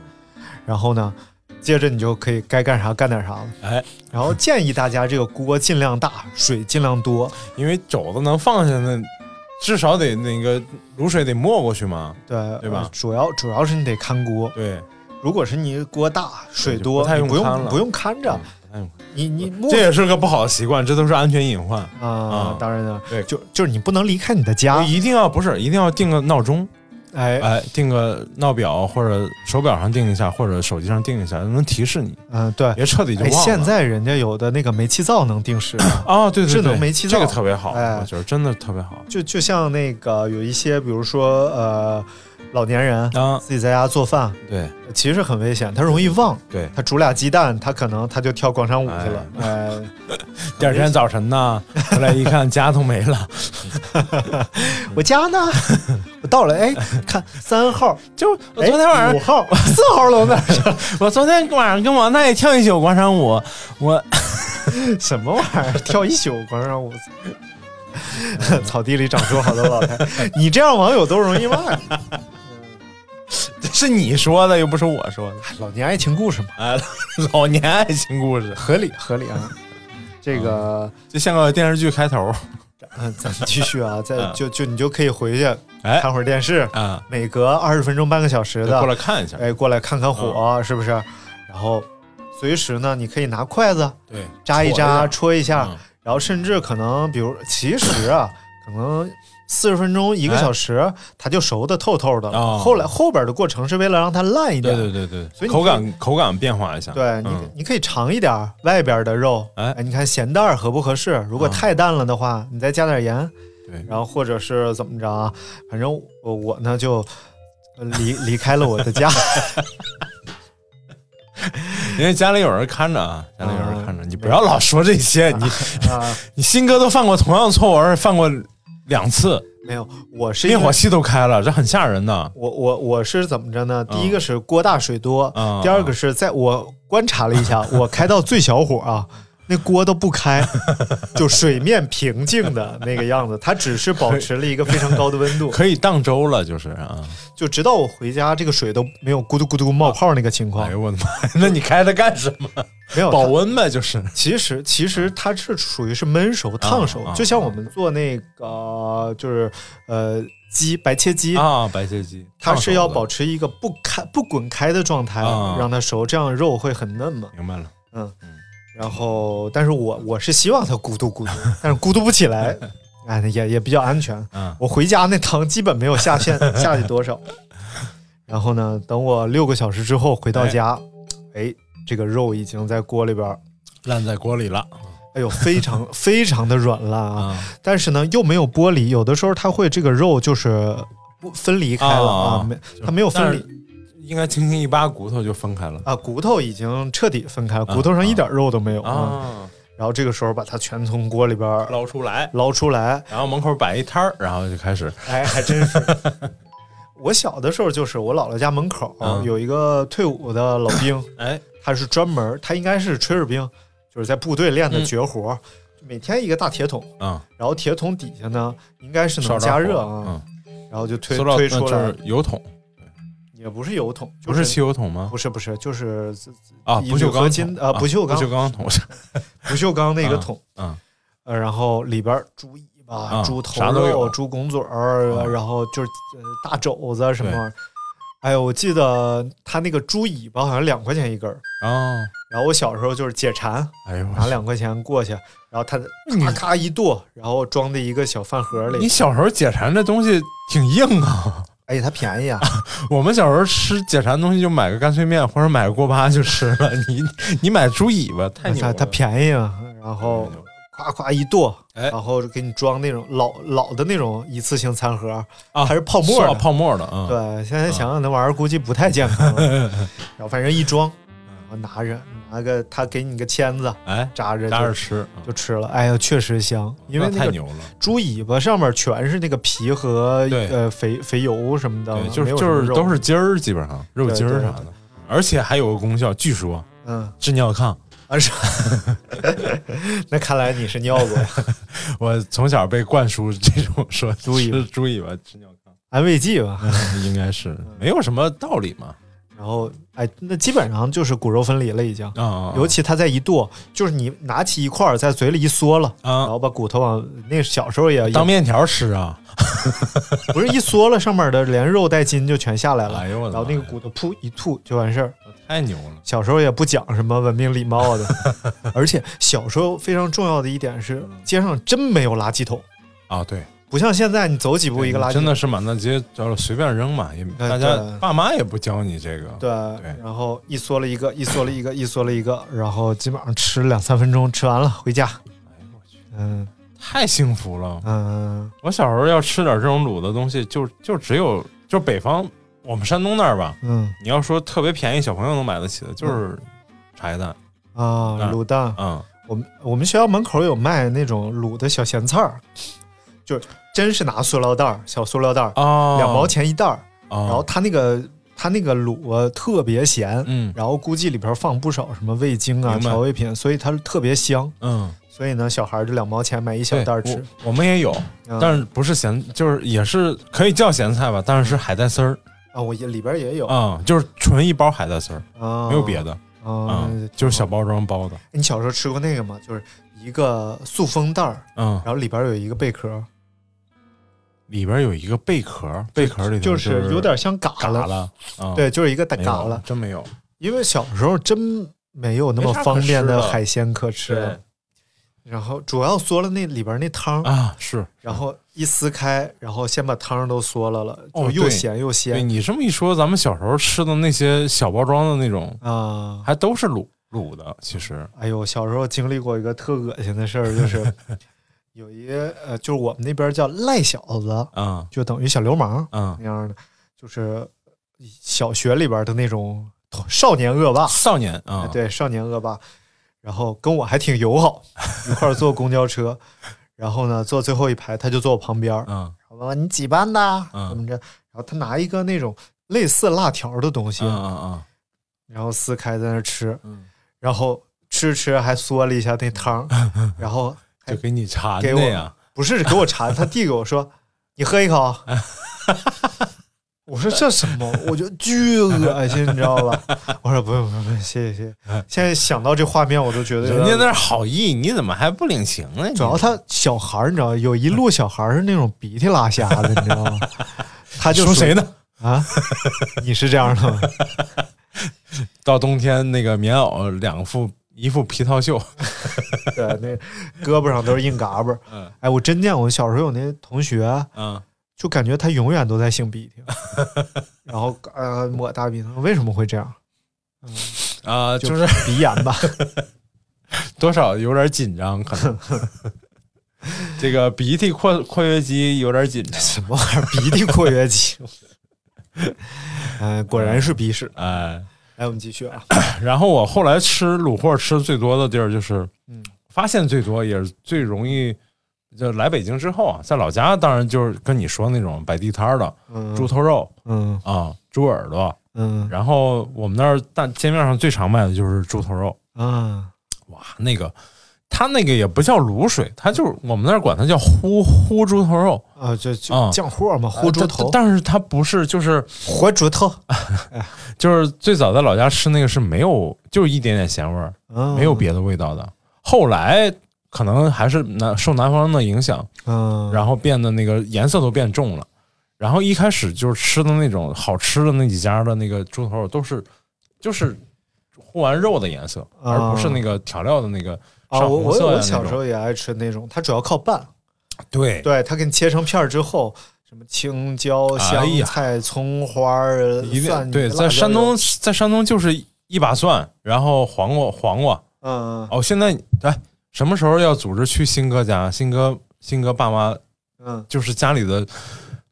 Speaker 9: 然后呢，接着你就可以该干啥干点啥了。
Speaker 10: 哎，
Speaker 9: 然后建议大家这个锅尽量大，水尽量多。
Speaker 10: 因为肘子能放下那，至少得那个卤水得没过去嘛。
Speaker 9: 对呃
Speaker 10: 对吧
Speaker 9: 主要主要是你得看锅，
Speaker 10: 对，如
Speaker 9: 如果是你锅大水多，
Speaker 10: 不太
Speaker 9: 你
Speaker 10: 用
Speaker 9: 不
Speaker 10: 看
Speaker 9: 用
Speaker 10: 了嗯
Speaker 9: 不用看着，你你摸
Speaker 10: 这也是个不好的习惯，这都是安全隐患。
Speaker 9: 啊
Speaker 10: 啊，
Speaker 9: 当然了，
Speaker 10: 对
Speaker 9: 就就是你不能离开你的家，
Speaker 10: 一定要不是一定要定个闹钟，
Speaker 9: 哎，
Speaker 10: 哎，定个闹表或者手表上定一下，或者手机上定一下，能提示你，
Speaker 9: 嗯，对。
Speaker 10: 别彻底就
Speaker 9: 哎，
Speaker 10: 忘了。
Speaker 9: 现在人家有的那个煤气灶能定
Speaker 10: <laughs>
Speaker 9: 时了。
Speaker 10: 啊，对对对，
Speaker 9: 智能煤气灶
Speaker 10: 这个特别好，
Speaker 9: 哎
Speaker 10: 我觉得真的特别好。
Speaker 9: 就就像那个有一些，比如说呃，老年人
Speaker 10: 啊，
Speaker 9: 自己在家做饭，
Speaker 10: 对
Speaker 9: 其实很危险，他容易忘。
Speaker 10: 对，
Speaker 9: 他煮俩鸡蛋，他可能他就跳广场舞去了。
Speaker 10: 哎
Speaker 9: 呃，
Speaker 10: 第二天早晨呢，回来一看家都没了， <laughs>
Speaker 9: 哎 <laughs> 我家呢，我到了，哎，看三号，
Speaker 10: 就我
Speaker 9: 哎
Speaker 10: 昨天晚上
Speaker 9: 五号、四号楼那儿
Speaker 10: 我昨天晚上跟王大爷跳一宿广场舞，我
Speaker 9: <laughs>
Speaker 10: <laughs>
Speaker 9: 什么玩意儿？跳一宿广场舞， <laughs> 草地里长出好多老太。 <laughs> 你这样网友都容
Speaker 10: <laughs>
Speaker 9: 易骂你。
Speaker 10: 这是你说的，又不是我说的。
Speaker 9: 老年爱情故事嘛，
Speaker 10: 哎，老年爱情故事，
Speaker 9: 合理合理啊。这个，
Speaker 10: 就像个电视剧开头。
Speaker 9: 嗯，咱们继
Speaker 10: <laughs>
Speaker 9: 续啊，再
Speaker 10: 嗯
Speaker 9: 就就你就可以回去
Speaker 10: 哎
Speaker 9: 看会儿电视，
Speaker 10: 啊，
Speaker 9: 每隔二十分钟、半个小时
Speaker 10: 就过
Speaker 9: 的，
Speaker 10: 来看一嗯下。
Speaker 9: 哎，过来看看火、是不是？然后随时呢，你可以拿筷子
Speaker 10: 对，
Speaker 9: 扎一扎、
Speaker 10: 戳
Speaker 9: 戳一下，
Speaker 10: 嗯
Speaker 9: 然后甚至可能，比如其实啊，可能四十分钟、一个
Speaker 10: 哎
Speaker 9: 小时，它就熟的透透的了。
Speaker 10: 哦
Speaker 9: 后来后边的过程是为了让它烂一
Speaker 10: 一下
Speaker 9: 点，
Speaker 10: 对对对
Speaker 9: 所
Speaker 10: 对，
Speaker 9: 以你
Speaker 10: 口感口感变化一下。
Speaker 9: 对你，
Speaker 10: 嗯
Speaker 9: 你可以尝一点儿外边的肉，
Speaker 10: 哎
Speaker 9: 你看咸淡儿合不合适？如果
Speaker 10: 嗯
Speaker 9: 太淡了的话，你再加点盐，
Speaker 10: 对
Speaker 9: 然后或者是怎么着啊？反正我我呢就呃离离开了我
Speaker 10: <laughs>
Speaker 9: 的家，
Speaker 10: 因为家里有人看着啊，家里有人看着，你不要老说这些。你
Speaker 9: 啊，
Speaker 10: 你新哥都犯过同样的错误，而且犯过两次，
Speaker 9: 没有，我是
Speaker 10: 灭
Speaker 9: 因为
Speaker 10: 火器都开了，这很吓人的。
Speaker 9: 我我我是怎么着呢？
Speaker 10: 嗯
Speaker 9: 第一个是锅大水多，
Speaker 10: 嗯
Speaker 9: 第二个是在我观察了一下，我开到最小火啊。那锅都不开，就水面平静的那个样子，它只是保持了一个非常高的温度。
Speaker 10: <laughs> 可以荡舟了，就是啊！
Speaker 9: 就直到我回家，这个水都没有咕嘟咕嘟冒泡那个情况，
Speaker 10: 哎呦我的妈呀， <laughs> 那你开它干
Speaker 9: <laughs>
Speaker 10: 什么？
Speaker 9: 没有
Speaker 10: 保
Speaker 9: 它
Speaker 10: 温呗，就是。
Speaker 9: 其实其实它是属于是焖熟、烫熟，
Speaker 10: 啊
Speaker 9: 就像我们做那个、就是呃鸡白切
Speaker 10: <laughs>
Speaker 9: 鸡，
Speaker 10: 啊，白切鸡，
Speaker 9: 它是要
Speaker 10: 烫手的
Speaker 9: 保持一个不开不滚开的状态，
Speaker 10: 啊
Speaker 9: 让它熟，这样肉会很嫩嘛。
Speaker 10: 明白了，
Speaker 9: 然后，但是我我是希望它咕嘟咕嘟，但是咕嘟不
Speaker 10: <laughs>
Speaker 9: 起来，哎，也也比较安全。
Speaker 10: 嗯 <laughs>
Speaker 9: 我回家那汤基本没有下线下去多少。然后呢，等我六个小时之后回到家，哎，这个肉已经在锅里边儿，
Speaker 10: 烂在锅里了
Speaker 9: 哎呦，非常非常的软烂啊！
Speaker 10: 啊！
Speaker 9: 但是呢，又没有剥离，有的时候它会这个肉就是不分离开了啊，
Speaker 10: 啊
Speaker 9: 没它没有分离
Speaker 10: 但应该轻轻一扒骨头就分开了
Speaker 9: 啊，骨头已经彻底分开了，
Speaker 10: 啊
Speaker 9: 骨头上一点肉都没有啊。
Speaker 10: 啊，
Speaker 9: 然后这个时候把它全从锅里边儿
Speaker 10: 捞出来，
Speaker 9: 捞出来，
Speaker 10: 然后门口摆一摊儿，然后就开始
Speaker 9: 哎，还真是。 <laughs> 我小的时候就是我姥姥家门口、
Speaker 10: 嗯
Speaker 9: 有一个退伍的老兵，
Speaker 10: 哎
Speaker 9: 他是专门他应该是炊事兵，就是在部队练
Speaker 10: 嗯
Speaker 9: 的绝活儿，每天一个大铁桶，
Speaker 10: 啊，
Speaker 9: 然后铁桶底下呢应该是
Speaker 10: 烧
Speaker 9: 能
Speaker 10: 着
Speaker 9: 加热
Speaker 10: 火
Speaker 9: 啊，，
Speaker 10: 嗯
Speaker 9: 然后就推
Speaker 10: 塑料
Speaker 9: 推出
Speaker 10: 那
Speaker 9: 来
Speaker 10: 就，是油桶，
Speaker 9: 也不是油桶，
Speaker 10: 不
Speaker 9: 就是
Speaker 10: 汽油桶吗
Speaker 9: 不？是不是，就是自自
Speaker 10: 啊，
Speaker 9: 以
Speaker 10: 不锈
Speaker 9: 铝合
Speaker 10: 钢
Speaker 9: 金
Speaker 10: 桶
Speaker 9: 呃
Speaker 10: 啊
Speaker 9: 不锈钢
Speaker 10: 不锈钢桶， <laughs>
Speaker 9: 不锈钢的一个
Speaker 10: 啊
Speaker 9: 桶，
Speaker 10: 嗯
Speaker 9: 呃，然后里边儿猪尾巴、
Speaker 10: 啊
Speaker 9: 猪头
Speaker 10: 啥都有
Speaker 9: 肉、猪拱嘴儿，
Speaker 10: 啊
Speaker 9: 然后就是呃大肘子什么玩意儿。哎呦，我记得他那个猪尾巴好像两块钱一根儿，
Speaker 10: 啊，
Speaker 9: 然后我小时候就是解馋，
Speaker 10: 哎呦，
Speaker 9: 拿两块钱过去，啊嗯然后他咔咔一剁，然后装在一个小饭盒
Speaker 10: 你
Speaker 9: 里。
Speaker 10: 小时候解馋这东西挺硬啊！ <laughs>
Speaker 9: 哎，它便宜 <laughs> 啊！
Speaker 10: 我们小时候吃解馋东西就买个干脆面或者买个锅巴就吃了。 <laughs> 你你买猪尾巴太牛
Speaker 9: 它
Speaker 10: 了，
Speaker 9: 它便宜啊，然后夸夸一剁，
Speaker 10: 哎
Speaker 9: 然后给你装那种老老的那种一次性餐盒，
Speaker 10: 啊
Speaker 9: 还是泡沫
Speaker 10: 塑
Speaker 9: 的
Speaker 10: 料泡沫的啊。嗯
Speaker 9: 对，现在想想那玩意儿估计不太健康了。然后反正一装，
Speaker 10: 嗯
Speaker 9: 我拿着拿个他给你个签子
Speaker 10: 哎，
Speaker 9: 扎着就
Speaker 10: 扎着吃，嗯
Speaker 9: 就吃了。哎呀，确实香，因为
Speaker 10: 那
Speaker 9: 那
Speaker 10: 太
Speaker 9: 个
Speaker 10: 牛了，
Speaker 9: 猪尾巴上面全是那个皮和
Speaker 10: 对
Speaker 9: 呃肥肥油什么的，
Speaker 10: 对，就是
Speaker 9: 没有什
Speaker 10: 就
Speaker 9: 么
Speaker 10: 是
Speaker 9: 肉
Speaker 10: 都是筋儿，基本上肉
Speaker 9: 对
Speaker 10: 筋儿
Speaker 9: 对
Speaker 10: 啥
Speaker 9: 对
Speaker 10: 的，而且还有个功效，据说
Speaker 9: 嗯
Speaker 10: 治尿炕。
Speaker 9: 啊是。 <laughs> 那看来你是尿过，
Speaker 10: 我从小被灌输这种说
Speaker 9: 猪尾巴
Speaker 10: 吃猪尾巴吃尿炕，
Speaker 9: 安慰剂吧。
Speaker 10: 嗯应该是没有什么道理嘛。
Speaker 9: 然后哎，那基本上就是骨肉分离了已经。
Speaker 10: 啊啊，啊
Speaker 9: 尤其它再一剁，就是你拿起一块儿在嘴里一嗦了，然
Speaker 10: 啊，
Speaker 9: 后把骨头往那小时候也也
Speaker 10: 当面条吃啊，
Speaker 9: <laughs> 不是一缩了，上面的连肉带筋就全下来了，
Speaker 10: 哎呦我的妈呀
Speaker 9: 然后那个骨头噗一吐就完事儿。
Speaker 10: 太牛了。
Speaker 9: 小时候也不讲什么文明礼貌的，
Speaker 10: <laughs>
Speaker 9: 而且小时候非常重要的一点是，街上真没有垃圾桶，
Speaker 10: 啊，对，
Speaker 9: 不像现在你走几步一个垃圾
Speaker 10: 真
Speaker 9: 桶。
Speaker 10: 的是满大街找找随便扔嘛，也
Speaker 9: 哎
Speaker 10: 大家
Speaker 9: 对
Speaker 10: 爸妈也不教你这个，
Speaker 9: 对，
Speaker 10: 对
Speaker 9: 然后一缩了一个，一缩了一个，一缩了一个，然后基本上吃两三分钟，吃完了回家。
Speaker 10: 哎
Speaker 9: 嗯
Speaker 10: 太幸福了。
Speaker 9: 嗯，
Speaker 10: 我小时候要吃点这种卤的东西，就就只有就北方，我们山东那儿吧，
Speaker 9: 嗯
Speaker 10: 你要说特别便宜，小朋友能买得起的，就是茶叶蛋，
Speaker 9: 啊，
Speaker 10: 嗯
Speaker 9: 卤蛋，
Speaker 10: 嗯，
Speaker 9: 我们我们学校门口有卖那种卤的小咸菜儿，就是真是拿塑料袋儿，小塑料袋儿，
Speaker 10: 啊，
Speaker 9: 两毛，钱一袋儿。
Speaker 10: 然
Speaker 9: 然后它那个它那个卤啊特别咸，
Speaker 10: 嗯
Speaker 9: 然后估计里边放不少什么味精啊
Speaker 10: 明白
Speaker 9: 调味品，所以它特别香。
Speaker 10: 嗯，
Speaker 9: 所以呢，小孩儿就两毛钱买一小
Speaker 10: 对
Speaker 9: 袋儿吃。
Speaker 10: 我，哎我们也有，
Speaker 9: 嗯
Speaker 10: 但是不是咸，就是也是可以叫咸菜吧，但是是海带丝儿
Speaker 9: 啊，我也里边也有啊，
Speaker 10: 啊、嗯就是纯一包海带丝儿，没有别的
Speaker 9: 啊哎
Speaker 10: 啊、嗯，就是小。包装包的，
Speaker 9: 你小时候吃过那个吗？就是一个塑封袋儿，
Speaker 10: 嗯
Speaker 9: 然，后里边有一个贝壳，
Speaker 10: 里边有一个贝壳，贝壳里头
Speaker 9: 就是有点像
Speaker 10: 嘎
Speaker 9: 嘎
Speaker 10: 了，
Speaker 9: 了，
Speaker 10: 啊、
Speaker 9: 对，就是一个大
Speaker 10: 没有，
Speaker 9: 嘎了。
Speaker 10: 真没有，
Speaker 9: 因为小时候真没有那么方便的海鲜可吃，然后主要缩了那里边那汤，
Speaker 10: 啊，是，
Speaker 9: 然后一撕开，然后先把汤都缩了了，
Speaker 10: 哦
Speaker 9: 就又
Speaker 10: 对
Speaker 9: 咸又
Speaker 10: 对
Speaker 9: 鲜
Speaker 10: 你这么一说，咱们小时候吃的那些小包装的那种，
Speaker 9: 啊！
Speaker 10: 还都是卤卤的，其实，
Speaker 9: 哎呦，小时候经历过一个特恶心的事儿，就是
Speaker 10: <laughs>
Speaker 9: 有一呃，就是我们那边叫赖小子，
Speaker 10: 嗯
Speaker 9: 就等于小流氓
Speaker 10: 嗯，
Speaker 9: 那样的，就是小学里边的那种少年
Speaker 10: <laughs>
Speaker 9: 恶霸，
Speaker 10: 少年啊、
Speaker 9: 哎对，少年恶霸，然后跟我还挺
Speaker 10: <laughs>
Speaker 9: 友好，一块儿坐公交车，然后呢坐最后一排，他就坐我旁边儿，
Speaker 10: 嗯
Speaker 9: 我问你几班的，
Speaker 10: 嗯
Speaker 9: 怎么着？然后他拿一个那种类似辣条的东西，
Speaker 10: 嗯嗯
Speaker 9: 然后撕开在那儿吃，
Speaker 10: 嗯
Speaker 9: 然后吃吃还嗦了一下
Speaker 10: <laughs>
Speaker 9: 那汤儿，然后
Speaker 10: 嗯，就给你馋
Speaker 9: 哎给
Speaker 10: 的
Speaker 9: 我
Speaker 10: 呀，
Speaker 9: 不是给我馋，他递给我说：“你喝
Speaker 10: <laughs>
Speaker 9: 一口。”我说这什么？我就巨恶心，你知道吧？我说不用不用，不用谢谢谢谢。现在想到这画面，我都觉得有
Speaker 10: 嗯人家
Speaker 9: 点
Speaker 10: 那儿好意，你怎么还不领情呢？
Speaker 9: 主要他小孩儿，你知道，有一路小孩儿是那种鼻涕拉瞎的，你
Speaker 10: <laughs>
Speaker 9: 知道吗？他
Speaker 10: 他
Speaker 9: 就
Speaker 10: 说谁
Speaker 9: 呢
Speaker 10: 呢？
Speaker 9: 啊？你是这样的吗？
Speaker 10: <laughs> 到冬天那个棉袄两副一副皮套袖，
Speaker 9: 对，那胳膊上都是硬嘎巴儿。
Speaker 10: 嗯
Speaker 9: 哎，我真见我小时候有那同学，
Speaker 10: 嗯
Speaker 9: 就感觉他永远都在擤鼻
Speaker 10: <laughs>
Speaker 9: 涕，然后呃抹大鼻涕，为什么会这样？
Speaker 10: 啊，就是
Speaker 9: 鼻炎吧，
Speaker 10: 多少有点紧张，可
Speaker 9: <laughs>
Speaker 10: 能这个鼻涕括括约肌有点紧张，
Speaker 9: <laughs> 什么玩意儿？鼻涕括约 <laughs> 肌。嗯，果然是鼻屎。
Speaker 10: 哎。
Speaker 9: 来，我们继续啊。
Speaker 10: 然后我后来吃卤货吃最多的地儿就是，
Speaker 9: 嗯
Speaker 10: 发现最多也是最容易，就来北京之后啊，在老家当然就是跟你说那种摆地摊儿的
Speaker 9: 嗯，
Speaker 10: 猪头肉
Speaker 9: 嗯
Speaker 10: 啊、猪耳朵，
Speaker 9: 嗯
Speaker 10: 然后我们那儿大街面上最常卖的就是猪头肉，
Speaker 9: 啊，
Speaker 10: 哇，那个它那个也不叫卤水，它就是我们那儿管它叫烀烀猪头肉，
Speaker 9: 啊，这
Speaker 10: 啊
Speaker 9: 就酱货嘛，烀猪头
Speaker 10: 呃，但但是它不是就是
Speaker 9: 活猪头，
Speaker 10: 就是最早在老家吃那个是没有，就是一点点咸味儿，
Speaker 9: 嗯
Speaker 10: 没有别的味道的。后来可能还是南受南方的影响，
Speaker 9: 嗯，
Speaker 10: 然后变得那个颜色都变重了。然后一开始就是吃的那种好吃的那几家的那个猪头肉都是就是烀完肉的颜色，
Speaker 9: 啊
Speaker 10: 而不是那个调料的那个
Speaker 9: 啊，
Speaker 10: 上
Speaker 9: 我
Speaker 10: 红
Speaker 9: 我
Speaker 10: 色呀
Speaker 9: 我
Speaker 10: 那
Speaker 9: 小时
Speaker 10: 种。
Speaker 9: 候也爱吃那种，它主要靠拌，
Speaker 10: 对，
Speaker 9: 对，它给你切成片儿之后，什么青椒、
Speaker 10: 哎
Speaker 9: 香
Speaker 10: 呀
Speaker 9: 菜、葱花儿、
Speaker 10: 一
Speaker 9: 蒜，
Speaker 10: 定对，在
Speaker 9: 辣椒
Speaker 10: 山
Speaker 9: 油
Speaker 10: 东，在山东就是一把蒜，然后黄瓜黄瓜，
Speaker 9: 嗯
Speaker 10: 哦，现在哎，什么时候要组织去新哥家？新哥新哥爸妈
Speaker 9: 嗯，
Speaker 10: 就是家里的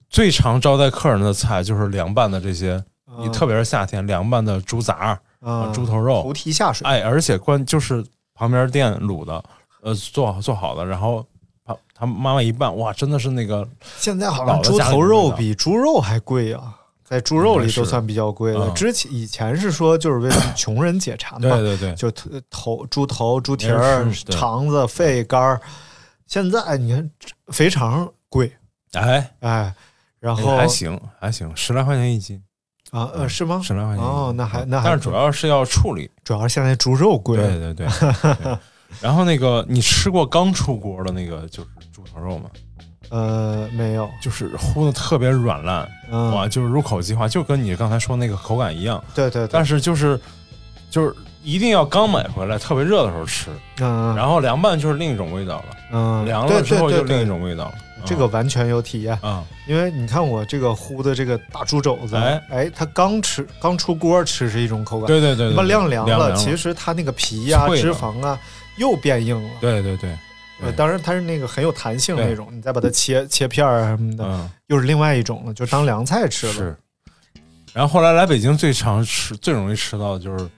Speaker 10: 最常招待客人的菜就是凉拌的这些，你、特别是夏天凉拌的猪杂儿、
Speaker 9: 啊
Speaker 10: 猪头肉
Speaker 9: 菩，提下水，
Speaker 10: 哎，而且关就是旁边店卤的，呃，做好做好的，然后他他妈妈一拌，哇，真的是那个
Speaker 9: 现在好像
Speaker 10: 老的
Speaker 9: 猪
Speaker 10: 家里
Speaker 9: 头
Speaker 10: 的味
Speaker 9: 肉
Speaker 10: 道
Speaker 9: 比猪肉还贵啊。在猪肉里都算比较贵的，
Speaker 10: 嗯
Speaker 9: 之前以前是说就是为了穷人解馋
Speaker 10: 对
Speaker 9: 嘛，
Speaker 10: 对对，
Speaker 9: 就头头猪头、猪蹄儿
Speaker 10: 没人、吃对
Speaker 9: 肠子、肺、肝儿。现在哎你看肥肠贵，
Speaker 10: 哎，
Speaker 9: 哎，然后
Speaker 10: 还行嗯还行，十来块钱一斤，
Speaker 9: 啊，呃，是吗？
Speaker 10: 十来块钱一斤嗯
Speaker 9: 哦，那还那还
Speaker 10: 但是主要是要处理，
Speaker 9: 主要是现在猪肉贵，
Speaker 10: 对对对。对然后那个，你吃过刚出锅的那个就是猪头肉吗？
Speaker 9: 呃，没有，
Speaker 10: 就是烀的特别软烂，
Speaker 9: 嗯，
Speaker 10: 哇，就是入口即化，就跟你刚才说那个口感一样。
Speaker 9: 对对对，
Speaker 10: 但是就是就是一定要刚买回来，特别热的时候吃。
Speaker 9: 嗯，
Speaker 10: 然后凉拌就是另一种味道了，
Speaker 9: 嗯，
Speaker 10: 凉
Speaker 9: 对
Speaker 10: 了之后
Speaker 9: 对
Speaker 10: 就
Speaker 9: 对对
Speaker 10: 另一种味道了。嗯
Speaker 9: 这个完全有体验，
Speaker 10: 啊，
Speaker 9: 因为你看我这个烀的这个大猪肘子，
Speaker 10: 哎
Speaker 9: 哎，它刚吃刚出锅吃是一种口感，
Speaker 10: 对对对，
Speaker 9: 那么
Speaker 10: 对
Speaker 9: 晾
Speaker 10: 凉
Speaker 9: 凉了，
Speaker 10: 了
Speaker 9: 其实它那个皮呀、
Speaker 10: 脆了
Speaker 9: 脂肪啊又变硬了。
Speaker 10: 对对对，
Speaker 9: 呃，当然它是那个很有弹性
Speaker 10: 对
Speaker 9: 那种，你再把它切切片儿啊什么的，
Speaker 10: 嗯
Speaker 9: 又是另外一种了，就当凉菜吃了。
Speaker 10: 是。然后后来来北京最常吃、最容易吃到的就是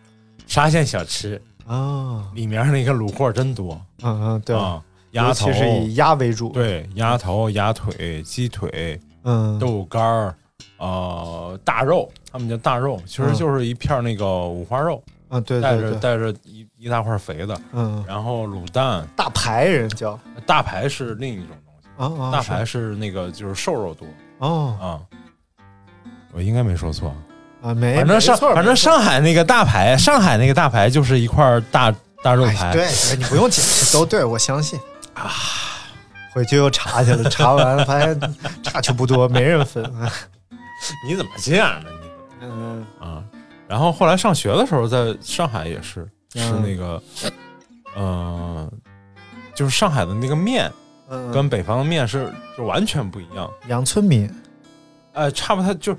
Speaker 10: 沙县小吃，
Speaker 9: 啊，
Speaker 10: 里面那个卤货真多。
Speaker 9: 嗯嗯，对，
Speaker 10: 啊，
Speaker 9: 尤
Speaker 10: 鸭头
Speaker 9: 其是以鸭为主，，
Speaker 10: 对鸭头、鸭腿、鸡腿、
Speaker 9: 嗯，
Speaker 10: 豆干儿，呃，大肉，他们叫大肉，其实
Speaker 9: 嗯
Speaker 10: 就是一片儿那个五花肉，
Speaker 9: 啊，对
Speaker 10: 带
Speaker 9: 对
Speaker 10: 着
Speaker 9: 对，
Speaker 10: 带着一一大块肥的，
Speaker 9: 嗯，
Speaker 10: 然后卤蛋，
Speaker 9: 大排人叫啊
Speaker 10: 大排是另一种东西，
Speaker 9: 啊，
Speaker 10: 大
Speaker 9: 是
Speaker 10: 排是那个就是瘦肉多
Speaker 9: 哦
Speaker 10: 啊。我应该没说错，
Speaker 9: 啊，没，
Speaker 10: 反正上
Speaker 9: 没错嗯
Speaker 10: 反正上海那个大排，上海那个大排就是一块儿大大肉
Speaker 9: 哎
Speaker 10: 排，
Speaker 9: 对，对你不用解释，都对我相信啊。回去又查去了，查完了发现差距不多，没人分。啊
Speaker 10: <laughs> 你怎么这样呢？你
Speaker 9: 嗯，
Speaker 10: 啊。然后后来上学的时候，在上海也是
Speaker 9: 嗯
Speaker 10: 吃那个，呃，就是上海的那个面
Speaker 9: 嗯
Speaker 10: 跟北方的面是就完全不一样，
Speaker 9: 杨村民，
Speaker 10: 呃，差不太就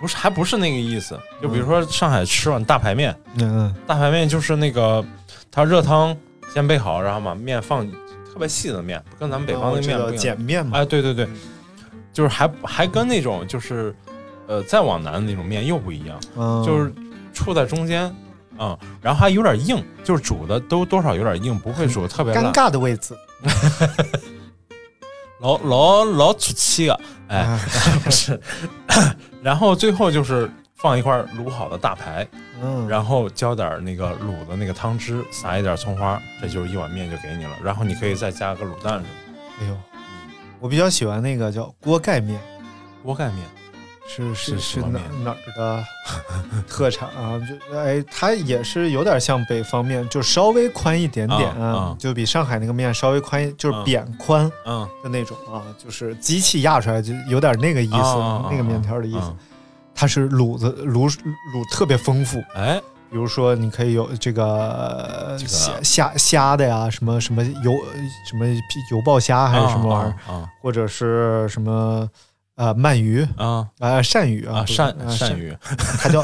Speaker 10: 不是还不是那个意思。就比如说上海吃碗大排面，
Speaker 9: 嗯
Speaker 10: 大排面就是那个它热汤先备好，然后把面放特别细的面，跟咱们北方的面
Speaker 9: 叫
Speaker 10: 不一样。
Speaker 9: 哦碱面嘛，
Speaker 10: 哎，对对对
Speaker 9: 嗯，
Speaker 10: 就是还还跟那种就是呃再往南的那种面又不一样。
Speaker 9: 嗯，
Speaker 10: 就是处在中间，嗯，然后还有点硬，就是煮的都多少有点硬，不会煮得特别
Speaker 9: 尴
Speaker 10: 烂，
Speaker 9: 尬的位置。
Speaker 10: 老老老出气啊， <laughs> 哎，不是，然后最后就是放一块卤好的大排，
Speaker 9: 嗯，
Speaker 10: 然后浇点那个卤的那个汤汁，撒一点葱花，这就是一碗面就给你了，然后你可以再加个卤蛋什么
Speaker 9: 哎呦，我比较喜欢那个叫锅盖面，
Speaker 10: 的，锅盖面，
Speaker 9: 是
Speaker 10: 是
Speaker 9: 是
Speaker 10: 什
Speaker 9: 是
Speaker 10: 么
Speaker 9: 哪
Speaker 10: 面
Speaker 9: 哪儿的特产啊？就哎，它也是有点像北方面，就稍微宽一点点，
Speaker 10: 啊啊
Speaker 9: 就比上海那个面稍微宽一，就是
Speaker 10: 啊
Speaker 9: 扁宽
Speaker 10: 嗯，
Speaker 9: 的那种啊，就是机器压出来就有点那个意思，
Speaker 10: 啊
Speaker 9: 那个面条的意思。，
Speaker 10: 啊
Speaker 9: 它是卤子卤卤特别丰富，
Speaker 10: 啊哎，
Speaker 9: 比如说你可以有这个
Speaker 10: 这个
Speaker 9: 虾虾虾的呀，什么什么
Speaker 10: 哦
Speaker 9: 油什么油爆虾还是什么玩意儿，
Speaker 10: 啊？啊
Speaker 9: 或者是什么啊鳗鱼
Speaker 10: 啊
Speaker 9: 啊鳝鱼啊
Speaker 10: 啊，
Speaker 9: 不是
Speaker 10: 鳝
Speaker 9: 啊
Speaker 10: 鳝鱼，
Speaker 9: 它
Speaker 10: <laughs>
Speaker 9: 叫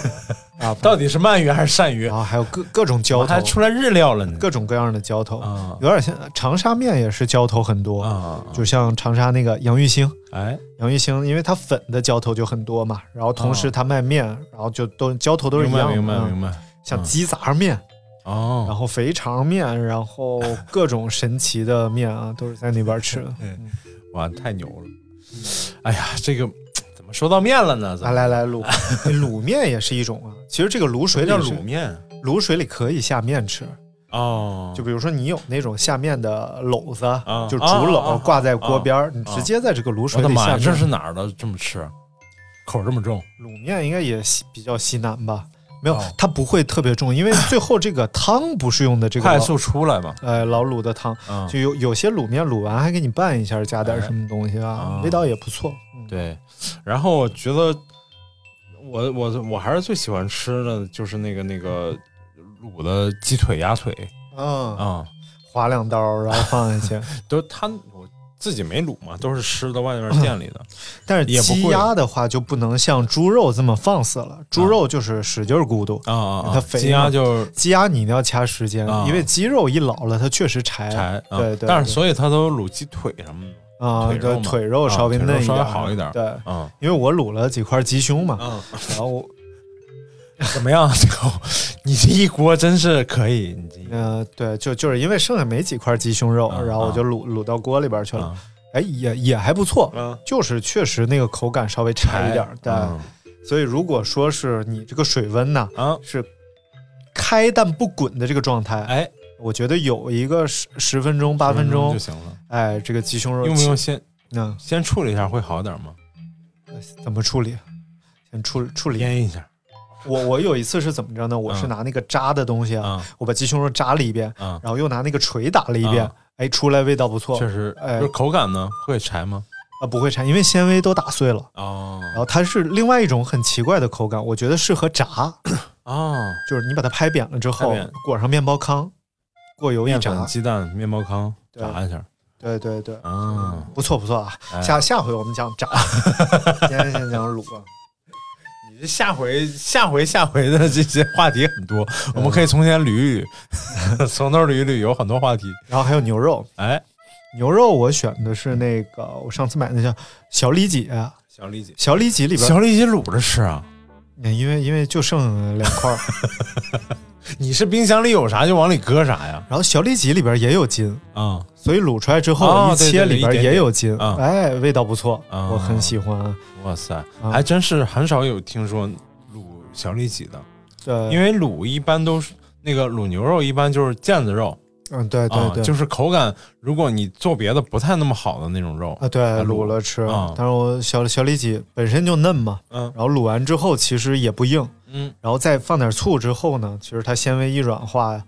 Speaker 9: 啊，
Speaker 10: 到底是鳗鱼还是鳝鱼
Speaker 9: 然？后还有各各种啊浇头
Speaker 10: 还，出来日料了呢。
Speaker 9: 各种各样的浇头，
Speaker 10: 啊
Speaker 9: 有点像长沙面也是浇头很多，
Speaker 10: 啊，
Speaker 9: 就像长沙那个洋芋星，
Speaker 10: 哎，
Speaker 9: 洋芋星因为它粉的浇头就很多嘛，然后同时它卖面，然后就都浇头都是一
Speaker 10: 明白
Speaker 9: 样的，
Speaker 10: 哦明白
Speaker 9: 嗯啊
Speaker 10: 明白。
Speaker 9: 像鸡杂面，然
Speaker 10: 哦，
Speaker 9: 后肥肠面，然后各种神奇的面啊，都是在那边吃的。
Speaker 10: 嗯哇，太牛了！哎呀，这个怎么说到面了呢？怎
Speaker 9: 来
Speaker 10: 么
Speaker 9: 来来，
Speaker 10: <laughs>
Speaker 9: 卤卤面也是一种啊。其实这个卤水里
Speaker 10: 叫
Speaker 9: 是
Speaker 10: 卤面？
Speaker 9: 卤水里可以下面吃，
Speaker 10: 哦，
Speaker 9: 就比如说你有那种下面的篓子，
Speaker 10: 啊
Speaker 9: 就竹
Speaker 10: 啊啊啊
Speaker 9: 篓挂在锅边儿，你
Speaker 10: 啊
Speaker 9: 直接在这个卤
Speaker 10: 我
Speaker 9: 水
Speaker 10: 的
Speaker 9: 里
Speaker 10: 妈
Speaker 9: 下
Speaker 10: 呀，
Speaker 9: 面。
Speaker 10: 这是哪儿的？这么吃，啊口这么重？
Speaker 9: 卤面应该也西比较西南吧？没有
Speaker 10: 哦，
Speaker 9: 它不会特别重，因为最后这个汤不是用的这个
Speaker 10: 快
Speaker 9: 老
Speaker 10: 速出来嘛？
Speaker 9: 呃老卤的汤，
Speaker 10: 嗯，
Speaker 9: 就有有些卤面卤完还给你拌一下，加点
Speaker 10: 哎
Speaker 9: 什么东西啊
Speaker 10: 啊，
Speaker 9: 味道也不错。嗯
Speaker 10: 对。然后我觉得我我我还是最喜欢吃的就是那个那个卤的鸡腿、鸭腿
Speaker 9: 嗯
Speaker 10: 啊，
Speaker 9: 划两刀，然后放
Speaker 10: <laughs>
Speaker 9: 进去。
Speaker 10: 都它我自己没卤嘛，都是吃的外面店里的。
Speaker 9: 但是
Speaker 10: 也不
Speaker 9: 鸡
Speaker 10: 贵
Speaker 9: 鸭的话就不能像猪肉这么放肆了，猪肉就是使劲儿咕嘟。
Speaker 10: 啊啊啊！
Speaker 9: 嗯它肥
Speaker 10: 鸡
Speaker 9: 嘛
Speaker 10: 鸭就是
Speaker 9: 鸡鸭你一定要掐时间，
Speaker 10: 啊
Speaker 9: 因为鸡肉一老了它确实柴。
Speaker 10: 柴，啊
Speaker 9: 哎对对
Speaker 10: 但是
Speaker 9: 对
Speaker 10: 所以它都卤鸡腿什么的
Speaker 9: 啊，
Speaker 10: 腿肉
Speaker 9: 对，
Speaker 10: 嘛
Speaker 9: 腿肉稍微
Speaker 10: 啊腿肉
Speaker 9: 嫩一
Speaker 10: 稍微
Speaker 9: 点，
Speaker 10: 好一点
Speaker 9: 对， <laughs>
Speaker 10: 啊
Speaker 9: 因为我卤了几块鸡胸嘛，
Speaker 10: 啊！
Speaker 9: 然后我
Speaker 10: 怎么样？这个 <laughs> 你这一锅真是可以，你这一
Speaker 9: 呃，对，就就是因为剩下没几块鸡胸肉，
Speaker 10: 啊
Speaker 9: 然后我就卤卤到锅里边去了。
Speaker 10: 啊
Speaker 9: 哎，也也还不错，
Speaker 10: 啊
Speaker 9: 就是确实那个口感稍微柴一点儿，对。
Speaker 10: 啊
Speaker 9: 所以如果说是你这个水温呢
Speaker 10: 啊
Speaker 9: 是开但不滚的这个状态，
Speaker 10: 哎，
Speaker 9: 我觉得有一个十十分钟八分钟
Speaker 10: 就，行了。
Speaker 9: 哎，这个鸡胸肉
Speaker 10: 用不用先
Speaker 9: 嗯
Speaker 10: 先处理一下会好点吗？
Speaker 9: 怎么处理？啊先处处理。
Speaker 10: 腌一嗯下
Speaker 9: 我我有一次是怎么着呢？我是拿那个扎的东西啊，
Speaker 10: 啊
Speaker 9: 我把鸡胸肉扎了一遍，
Speaker 10: 啊！
Speaker 9: 然后又拿那个锤打了一遍
Speaker 10: 啊，
Speaker 9: 哎，出来味道不错，
Speaker 10: 确实，
Speaker 9: 哎
Speaker 10: 就是口感呢会柴吗？
Speaker 9: 啊不会柴，因为纤维都打碎了。
Speaker 10: 哦
Speaker 9: 然后它是另外一种很奇怪的口感，我觉得适合炸，
Speaker 10: 哦，
Speaker 9: 就是你把它拍扁了之后
Speaker 10: 拍扁，
Speaker 9: 裹上面包糠，过油一
Speaker 10: 面
Speaker 9: 炸
Speaker 10: 粉、，啊鸡蛋、面包糠
Speaker 9: 对
Speaker 10: 炸一下
Speaker 9: 对对对，
Speaker 10: 啊。
Speaker 9: 不错不错啊！
Speaker 10: 哎
Speaker 9: <laughs> 下下回我们
Speaker 10: <laughs>
Speaker 9: 讲炸，今天先讲卤啊。
Speaker 10: 你这下回下回下回的这些话题很多，我们可以从前捋一 <laughs> 捋，从头捋一捋，有很多话题。
Speaker 9: 然后还有牛肉，
Speaker 10: 哎，
Speaker 9: 牛肉我选的是那个我上次买的叫小里脊，啊
Speaker 10: 小李姐，
Speaker 9: 小里脊里边，
Speaker 10: 小李姐卤着吃啊？
Speaker 9: 因为因为就剩两块儿，
Speaker 10: 你是冰箱里有啥就往里搁啥呀？
Speaker 9: 然后小里脊里边也有筋，
Speaker 10: 啊
Speaker 9: 所以卤出来之后
Speaker 10: 哦
Speaker 9: 一切
Speaker 10: 对对
Speaker 9: 里
Speaker 10: 对
Speaker 9: 边
Speaker 10: 一点
Speaker 9: 也
Speaker 10: 点
Speaker 9: 有筋，
Speaker 10: 啊
Speaker 9: 哎，味道不错，
Speaker 10: 啊
Speaker 9: 我很喜欢。
Speaker 10: 哇塞，
Speaker 9: 啊
Speaker 10: 还真是很少有听说卤小里脊的，
Speaker 9: 对，
Speaker 10: 因
Speaker 9: 为
Speaker 10: 为卤一般都是那个卤牛肉一般就是腱子肉
Speaker 9: 嗯，对对
Speaker 10: 啊，
Speaker 9: 对，
Speaker 10: 就是口感，如果你做别的不太那么好的那种肉，
Speaker 9: 啊，对，
Speaker 10: 卤
Speaker 9: 卤了吃
Speaker 10: 啊。
Speaker 9: 但是我小小里脊本身就嫩嘛，
Speaker 10: 嗯
Speaker 9: 然后卤完之后其实也不硬，
Speaker 10: 嗯
Speaker 9: 然后再放点醋之后呢，其实它纤维一软化呀，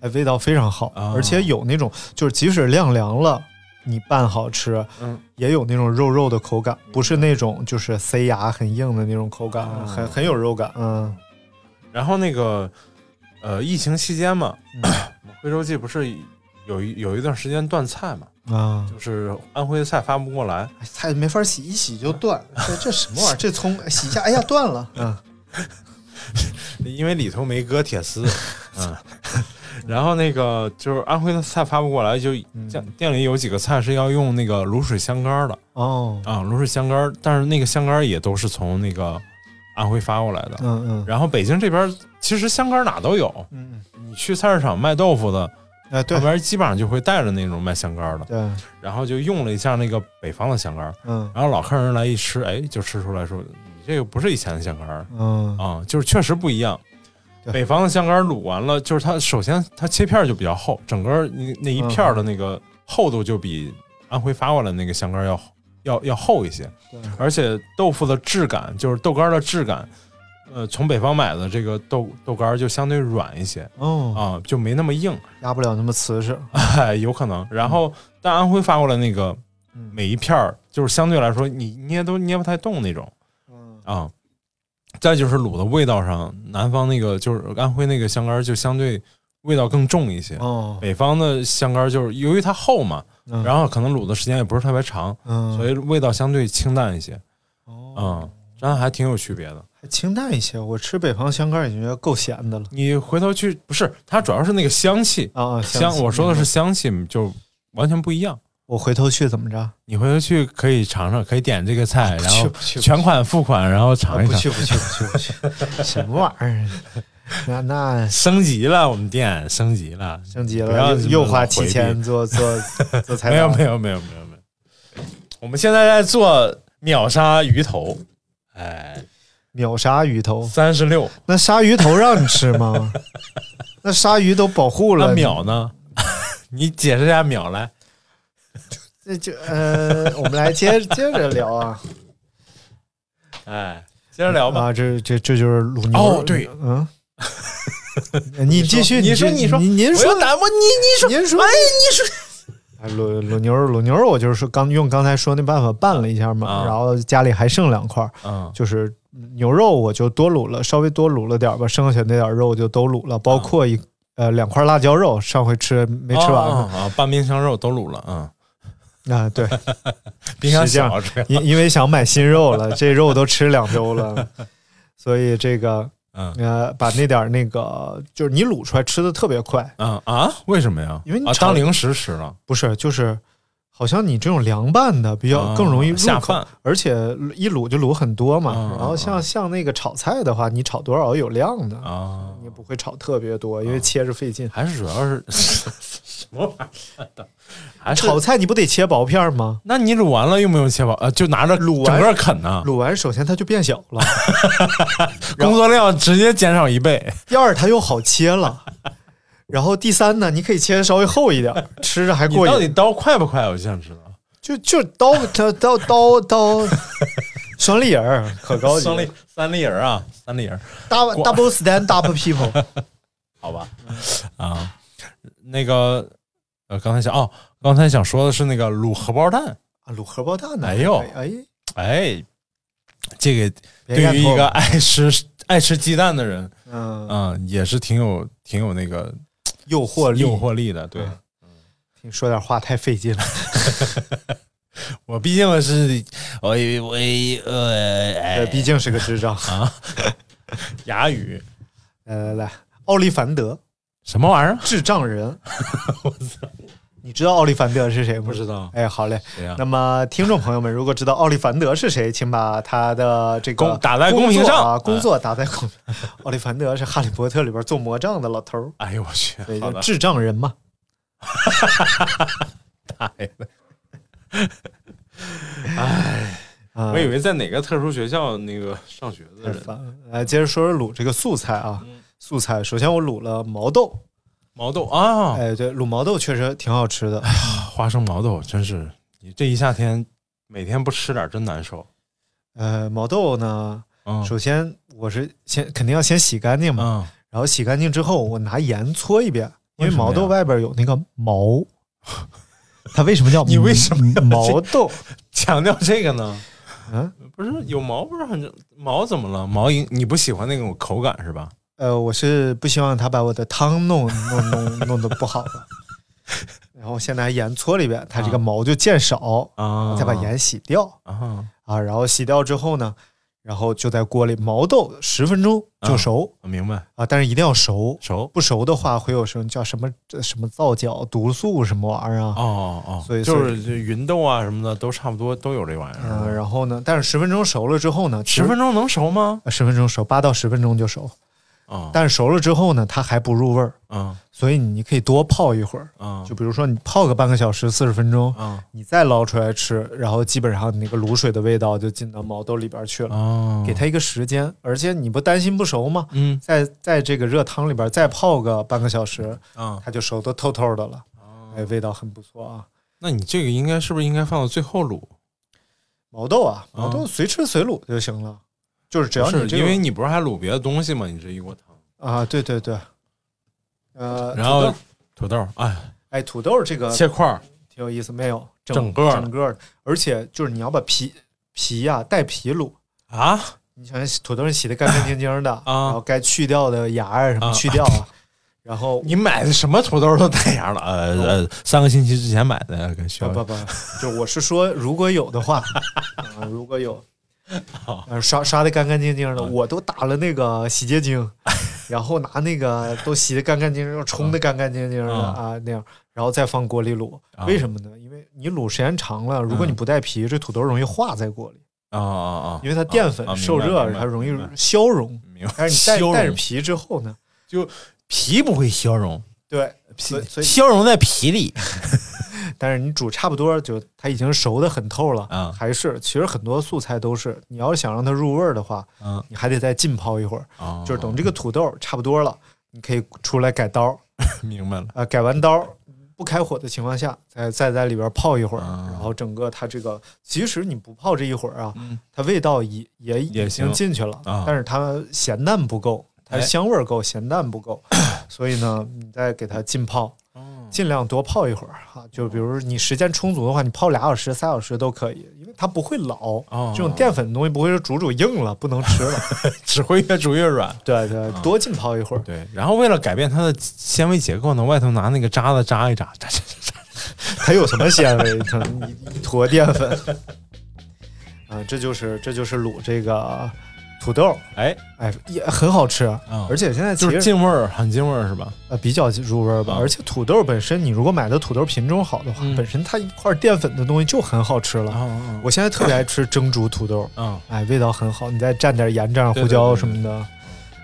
Speaker 9: 哎，味道非常好，
Speaker 10: 啊
Speaker 9: 而且有那种就是即使晾凉了，你拌好吃，
Speaker 10: 嗯，
Speaker 9: 也有那种肉肉的口感，不是那种就是塞牙很硬的那种口感，
Speaker 10: 啊
Speaker 9: 很很有肉感，哦嗯，
Speaker 10: 然后那个呃，疫情期间嘛， <clears throat>
Speaker 9: 嗯
Speaker 10: 徽州记不是有一有一段时间断菜嘛，
Speaker 9: 啊，
Speaker 10: 就是安徽的菜发不过来，
Speaker 9: 哎菜没法洗，一洗就 <laughs> 断，这这什么玩意儿？这葱洗一下，哎呀断了，嗯，
Speaker 10: 因为里头没搁铁丝，嗯。 <laughs> 然后那个就是安徽的菜发不过来，就
Speaker 9: 嗯
Speaker 10: 店店里有几个菜是要用那个卤水香干儿的
Speaker 9: 哦，
Speaker 10: 啊，卤水香干儿，但是那个香干儿也都是从那个安徽发过来的。
Speaker 9: 嗯嗯
Speaker 10: 然后北京这边其实香干儿哪都有，
Speaker 9: 嗯，
Speaker 10: 你去菜市场卖豆腐的，
Speaker 9: 哎
Speaker 10: 旁
Speaker 9: 对
Speaker 10: 边基本上就会带着那种卖香干儿的，
Speaker 9: 对，
Speaker 10: 然后就用了一下那个北方的香干儿，
Speaker 9: 嗯
Speaker 10: 然后老客人来一吃，哎，就吃出来说你这个不是以前的香干儿
Speaker 9: 嗯
Speaker 10: 啊，就是确实不一样。
Speaker 9: 对
Speaker 10: 北方的香干儿卤完了，就是它首先它切片儿就比较厚，整个儿那那一片儿的那个厚度就比安徽发过来那个香干儿要要要厚一些
Speaker 9: 对，
Speaker 10: 而且豆腐的质感就是豆干儿的质感，呃，从北方买的这个豆豆干儿就相对软一些
Speaker 9: 哦，
Speaker 10: 啊，就没那么硬，
Speaker 9: 压不了那么瓷实，
Speaker 10: <laughs> 哎，有可能。然后但安徽发过来那个
Speaker 9: 嗯
Speaker 10: 每一片儿就是相对来说你捏都捏不太动那种
Speaker 9: 嗯
Speaker 10: 啊。再就是卤的味道上，南方那个就是安徽那个香干儿就相对味道更重一些，
Speaker 9: 哦，
Speaker 10: 北方的香干儿就是由于它厚嘛，
Speaker 9: 然
Speaker 10: 然后可能卤的时间也不是特别长，
Speaker 9: 嗯，哦
Speaker 10: 所以味道相对清淡一些。嗯，真的还挺有区别的。
Speaker 9: 还清淡一些。我吃北方香干已经觉得够咸的了
Speaker 10: 你回头去不是它主要是那个香气，
Speaker 9: 啊啊！
Speaker 10: 香
Speaker 9: 气
Speaker 10: 我说的是，香气，就完全不一样。
Speaker 9: 我回头去怎么着？
Speaker 10: 你回头去可以尝尝，可以点这个菜，
Speaker 9: 啊不
Speaker 10: 然
Speaker 9: 去
Speaker 10: 后
Speaker 9: 不去
Speaker 10: 全
Speaker 9: 不去啊
Speaker 10: 款付款，然后尝一
Speaker 9: 不
Speaker 10: 尝。
Speaker 9: 去不去不去
Speaker 10: <laughs>
Speaker 9: 不去，什么玩意儿？那那
Speaker 10: 升级了，我们店升级了。
Speaker 9: 升级
Speaker 10: 不要这
Speaker 9: 了，
Speaker 10: 么
Speaker 9: 又又花
Speaker 10: 回
Speaker 9: 七
Speaker 10: 避
Speaker 9: 千做
Speaker 10: <laughs>
Speaker 9: 做做材
Speaker 10: 没
Speaker 9: 料
Speaker 10: 有，没有，没有，没有，没有。我们现在在做秒杀鱼头，哎，
Speaker 9: 秒杀鱼头。
Speaker 10: 三十六，
Speaker 9: 那鲨鱼头让你吃吗？ <laughs> 那鲨鱼都保护
Speaker 10: 那
Speaker 9: 了，
Speaker 10: 秒呢？ <laughs> 你解释一下秒来。
Speaker 9: 这就呃，我们来接接着聊啊，
Speaker 10: 哎，接着聊吧。
Speaker 9: 啊，这这这就是卤牛
Speaker 10: 哦对，
Speaker 9: 嗯， <laughs> 你继续，
Speaker 10: 你说
Speaker 9: 继
Speaker 10: 你说
Speaker 9: 您您
Speaker 10: 我
Speaker 9: 说
Speaker 10: 要打我，你你说，
Speaker 9: 您说，
Speaker 10: 哎，你说，
Speaker 9: 哎卤卤牛肉卤牛肉，我就是说刚用刚才说那办法拌了一下嘛，
Speaker 10: 啊
Speaker 9: 然后家里还剩两块儿，
Speaker 10: 嗯
Speaker 9: 就是牛肉我就多卤了，稍微多卤了点儿吧，剩下那点儿肉就都卤了，包
Speaker 10: 啊
Speaker 9: 括一、呃两块辣椒肉，上回吃没吃完嘛，
Speaker 10: 啊，啊拌冰箱肉都卤了，嗯，
Speaker 9: 啊对，
Speaker 10: 冰箱
Speaker 9: 是这样
Speaker 10: 小吃，
Speaker 9: 因因为想买新肉了，这肉都吃两周了，所以这个
Speaker 10: 嗯
Speaker 9: 呃把那点儿那个就是你卤出来吃的特别快，
Speaker 10: 嗯啊，为什么呀？
Speaker 9: 因为你
Speaker 10: 啊
Speaker 9: 炒
Speaker 10: 当零食吃了，
Speaker 9: 不是就是。好像你这种凉拌的比较
Speaker 10: 啊
Speaker 9: 更容易入
Speaker 10: 下
Speaker 9: 口，
Speaker 10: 饭。
Speaker 9: 而且一卤就卤很多嘛。
Speaker 10: 嗯
Speaker 9: 然后像像那个炒菜的话，你炒多少有量的，
Speaker 10: 啊，
Speaker 9: 你也不会炒特别多，因为切着费劲。
Speaker 10: 还哦是主要 <laughs> 是什么玩意儿的，还是
Speaker 9: 炒菜你不得切薄片儿吗？
Speaker 10: 那你卤完了用不用切薄？呃，就拿着
Speaker 9: 卤
Speaker 10: 整
Speaker 9: 完
Speaker 10: 个啃呢，
Speaker 9: 卤完首先它就变小了，
Speaker 10: 工作量直接减少一倍。
Speaker 9: 第二它又好切了，然后第三呢，你可以切的稍微厚一点儿，吃着还
Speaker 10: 你
Speaker 9: 过
Speaker 10: 到底
Speaker 9: 瘾。
Speaker 10: 刀快不快？我就想知道。
Speaker 9: 就就刀它刀刀刀双立人儿可高级
Speaker 10: 三粒三粒人儿啊，三粒人儿，
Speaker 9: ，double double stand up people
Speaker 10: 好吧？啊，那个呃，刚才想哦，刚才想说的是那个卤荷包蛋。
Speaker 9: 啊，卤荷包蛋呢？
Speaker 10: 哎呦
Speaker 9: 哎，
Speaker 10: 哎，这个
Speaker 9: 别
Speaker 10: 对
Speaker 9: 干
Speaker 10: 于
Speaker 9: 脱
Speaker 10: 一个
Speaker 9: 了
Speaker 10: 爱吃爱吃鸡蛋的人，
Speaker 9: 嗯
Speaker 10: 啊，也是挺有挺有那个
Speaker 9: 诱惑力，
Speaker 10: 诱惑力的。对
Speaker 9: 嗯听说点话太费劲了。
Speaker 10: 我毕竟是我我呃
Speaker 9: 呃，
Speaker 10: 哎啊
Speaker 9: 毕竟是个智障。
Speaker 10: 哑语
Speaker 9: 来来来，奥利凡德，
Speaker 10: 什么玩意儿？
Speaker 9: 智
Speaker 10: <laughs>
Speaker 9: 障人。你知道奥利凡德是谁吗？
Speaker 10: 不知道
Speaker 9: 哎，好嘞。
Speaker 10: 谁呀？啊
Speaker 9: 那么，听众朋友们，如果知道奥利凡德是谁，请把他的这个
Speaker 10: 公打在
Speaker 9: 公
Speaker 10: 公屏上
Speaker 9: 啊，工作打在公屏。
Speaker 10: <laughs>
Speaker 9: 奥利凡德是《哈利波特》里边做魔杖的老头儿，
Speaker 10: 哎呦我去！
Speaker 9: 对，
Speaker 10: 好
Speaker 9: 就
Speaker 10: 的，
Speaker 9: 智障人嘛。哎，
Speaker 10: 我以为在哪个特殊学校那个上学的嗯
Speaker 9: 太
Speaker 10: 人，
Speaker 9: 烦了。来，呃接着说说卤这个素菜啊，素菜。首先我卤了毛豆，
Speaker 10: 毛豆啊，
Speaker 9: 哎，对，卤毛豆确实挺好
Speaker 10: <laughs>
Speaker 9: 吃的。
Speaker 10: 花生毛豆真是，你这一夏天每天不吃点真难受。
Speaker 9: 呃，毛豆呢，
Speaker 10: 嗯
Speaker 9: 首先我是先肯定要先洗干净嘛，
Speaker 10: 嗯，
Speaker 9: 然后洗干净之后，我拿盐搓一遍，
Speaker 10: 为
Speaker 9: 因为
Speaker 10: 什么呀
Speaker 9: 毛豆外边有那个毛。 <laughs> 它为什么
Speaker 10: <laughs>
Speaker 9: 叫
Speaker 10: 你为什么要
Speaker 9: 毛豆？
Speaker 10: 强调这个呢？
Speaker 9: 嗯，
Speaker 10: 不是有毛不是很正毛怎么了？毛影你不喜欢那种口感是吧？
Speaker 9: 呃，我是不希望它把我的汤弄弄弄弄得不
Speaker 10: <laughs>
Speaker 9: 好了。然后先拿盐搓了一遍，它这个
Speaker 10: 啊
Speaker 9: 毛就见少，
Speaker 10: 啊，
Speaker 9: 再把盐洗掉
Speaker 10: 啊，
Speaker 9: 啊。然后洗掉之后呢，然后就在锅里毛豆十分钟就
Speaker 10: 啊
Speaker 9: 熟
Speaker 10: 我明白，
Speaker 9: 啊，但是一定要熟，
Speaker 10: 熟
Speaker 9: 不熟的话会有什么叫什么这什么皂角、毒素什么玩意儿啊？
Speaker 10: 哦哦哦，
Speaker 9: 所以
Speaker 10: 就是这云豆啊什么的都差不多都有这玩意
Speaker 9: 嗯、
Speaker 10: 儿。
Speaker 9: 然后呢，但是十分钟熟了之后呢，
Speaker 10: 十分
Speaker 9: 钟、
Speaker 10: 钟能熟吗？
Speaker 9: 十分钟熟，八到十分钟就熟。
Speaker 10: 啊，
Speaker 9: 但是熟了之后呢，它还不入味儿，
Speaker 10: 嗯
Speaker 9: 所以你可以多泡一会儿。
Speaker 10: 嗯，
Speaker 9: 就比如说你泡个半个小时、四十分钟，
Speaker 10: 啊
Speaker 9: 你再捞出来吃，然后基本上你那个卤水的味道就进到毛豆里边去了。
Speaker 10: 啊，
Speaker 9: 给它一个时间，而且你不担心不熟吗？
Speaker 10: 嗯
Speaker 9: 在在这个热汤里边再泡个半个小时，
Speaker 10: 啊，
Speaker 9: 它就熟的透透的了，
Speaker 10: 哦
Speaker 9: 哎，味道很不错啊。
Speaker 10: 那你这个应该是不是应该放到最后卤？
Speaker 9: 毛豆啊，
Speaker 10: 啊
Speaker 9: 毛豆随吃随卤就行了，就是只
Speaker 10: 不
Speaker 9: 要
Speaker 10: 是
Speaker 9: 你这个
Speaker 10: 因为你不是还卤别的东西吗？你这一锅汤，
Speaker 9: 啊，对对对，呃，
Speaker 10: 然后
Speaker 9: 土
Speaker 10: 土
Speaker 9: 豆
Speaker 10: 豆，哎，
Speaker 9: 哎，土豆这个
Speaker 10: 切块儿，
Speaker 9: 挺有意思，没有
Speaker 10: 整个
Speaker 9: 个
Speaker 10: 儿
Speaker 9: 整个儿的，而且就是你要把皮皮呀、带皮卤，
Speaker 10: 啊，
Speaker 9: 你想想土豆儿洗的干干净净的，
Speaker 10: 啊
Speaker 9: 然后该去掉的芽儿什么
Speaker 10: 啊
Speaker 9: 去
Speaker 10: <laughs>
Speaker 9: 掉啊，然后
Speaker 10: 你买的什么土豆都带芽了？呃呃，三个星期之前买的，跟需
Speaker 9: 不
Speaker 10: 要 <laughs>
Speaker 9: 啊不不，就我是说，如果有的话，啊，如果有，呃刷刷的干干净净的，
Speaker 10: 啊
Speaker 9: 我都打了那个洗
Speaker 10: <laughs>
Speaker 9: 洁精，然后拿那个都洗的干干净净，冲的干干净净的
Speaker 10: 啊
Speaker 9: 啊那样，然后再放锅里卤。
Speaker 10: 啊嗯
Speaker 9: 为什么呢？因为你卤时间长了，如果你不带皮，这土豆容易化在锅里，
Speaker 10: 啊啊啊！
Speaker 9: 因为它淀粉
Speaker 10: 啊啊明白
Speaker 9: 受热，
Speaker 10: 明白
Speaker 9: 它容易
Speaker 10: 明白
Speaker 9: 消融。
Speaker 10: 明白
Speaker 9: 但是你
Speaker 10: 消
Speaker 9: 带带着
Speaker 10: 融
Speaker 9: 皮之后呢？
Speaker 10: 皮不会消融，
Speaker 9: 对，所以所以
Speaker 10: 消融在皮里
Speaker 9: 但是你煮差不多就它已经熟的很透了，
Speaker 10: 啊
Speaker 9: 还是其实很多素菜都是，你要是想让它入味儿的话，
Speaker 10: 嗯
Speaker 9: 你还得再浸泡一会儿，
Speaker 10: 啊
Speaker 9: 就是等这个土豆差不多了，你可以出来改刀，
Speaker 10: 明白了。
Speaker 9: 呃，改完刀不开火的情况下，再再在里边泡一会儿，
Speaker 10: 啊
Speaker 9: 然后整个它这个其实你不泡这一会儿啊，
Speaker 10: 嗯
Speaker 9: 它味道也也
Speaker 10: 也
Speaker 9: 已经
Speaker 10: 行
Speaker 9: 进去了，
Speaker 10: 啊
Speaker 9: 但是它咸淡不够，它
Speaker 10: 哎
Speaker 9: 香味儿够，咸淡
Speaker 10: <clears throat>
Speaker 9: 不够，所以呢，你再给它浸泡。
Speaker 10: 哦
Speaker 9: 尽量多泡一会儿哈，就比如你时间充足的话，你泡俩小时、三小时都可以，因为它不会老。
Speaker 10: 哦
Speaker 9: 这种淀粉的东西不会说煮煮硬了不能吃
Speaker 10: <laughs>
Speaker 9: 了。
Speaker 10: 只会越煮越软。
Speaker 9: 对对，
Speaker 10: 啊
Speaker 9: 多浸泡一会儿。
Speaker 10: 对，然后为了改变它的纤维结构呢，外头拿那个渣子扎一扎，扎扎扎扎。
Speaker 9: 它有什么纤
Speaker 10: <laughs>
Speaker 9: 维？它一一坨淀粉。啊，这就是这就是卤这个土豆，
Speaker 10: 哎，
Speaker 9: 哎，也很好吃。啊
Speaker 10: 嗯
Speaker 9: 而且现在
Speaker 10: 就
Speaker 9: 其
Speaker 10: 是
Speaker 9: 实
Speaker 10: 进味儿，很进味儿是吧？
Speaker 9: 呃比较入味儿吧。
Speaker 10: 嗯
Speaker 9: 而且土豆本身，你如果买的土豆品种好的话，
Speaker 10: 嗯
Speaker 9: 本身它一块淀粉的东西就很好吃了。
Speaker 10: 啊
Speaker 9: 我现在特别爱吃蒸煮土豆，
Speaker 10: 啊
Speaker 9: 哎，味道很好，你再蘸点盐、蘸点
Speaker 10: 对
Speaker 9: 胡椒
Speaker 10: 对对
Speaker 9: 什么的。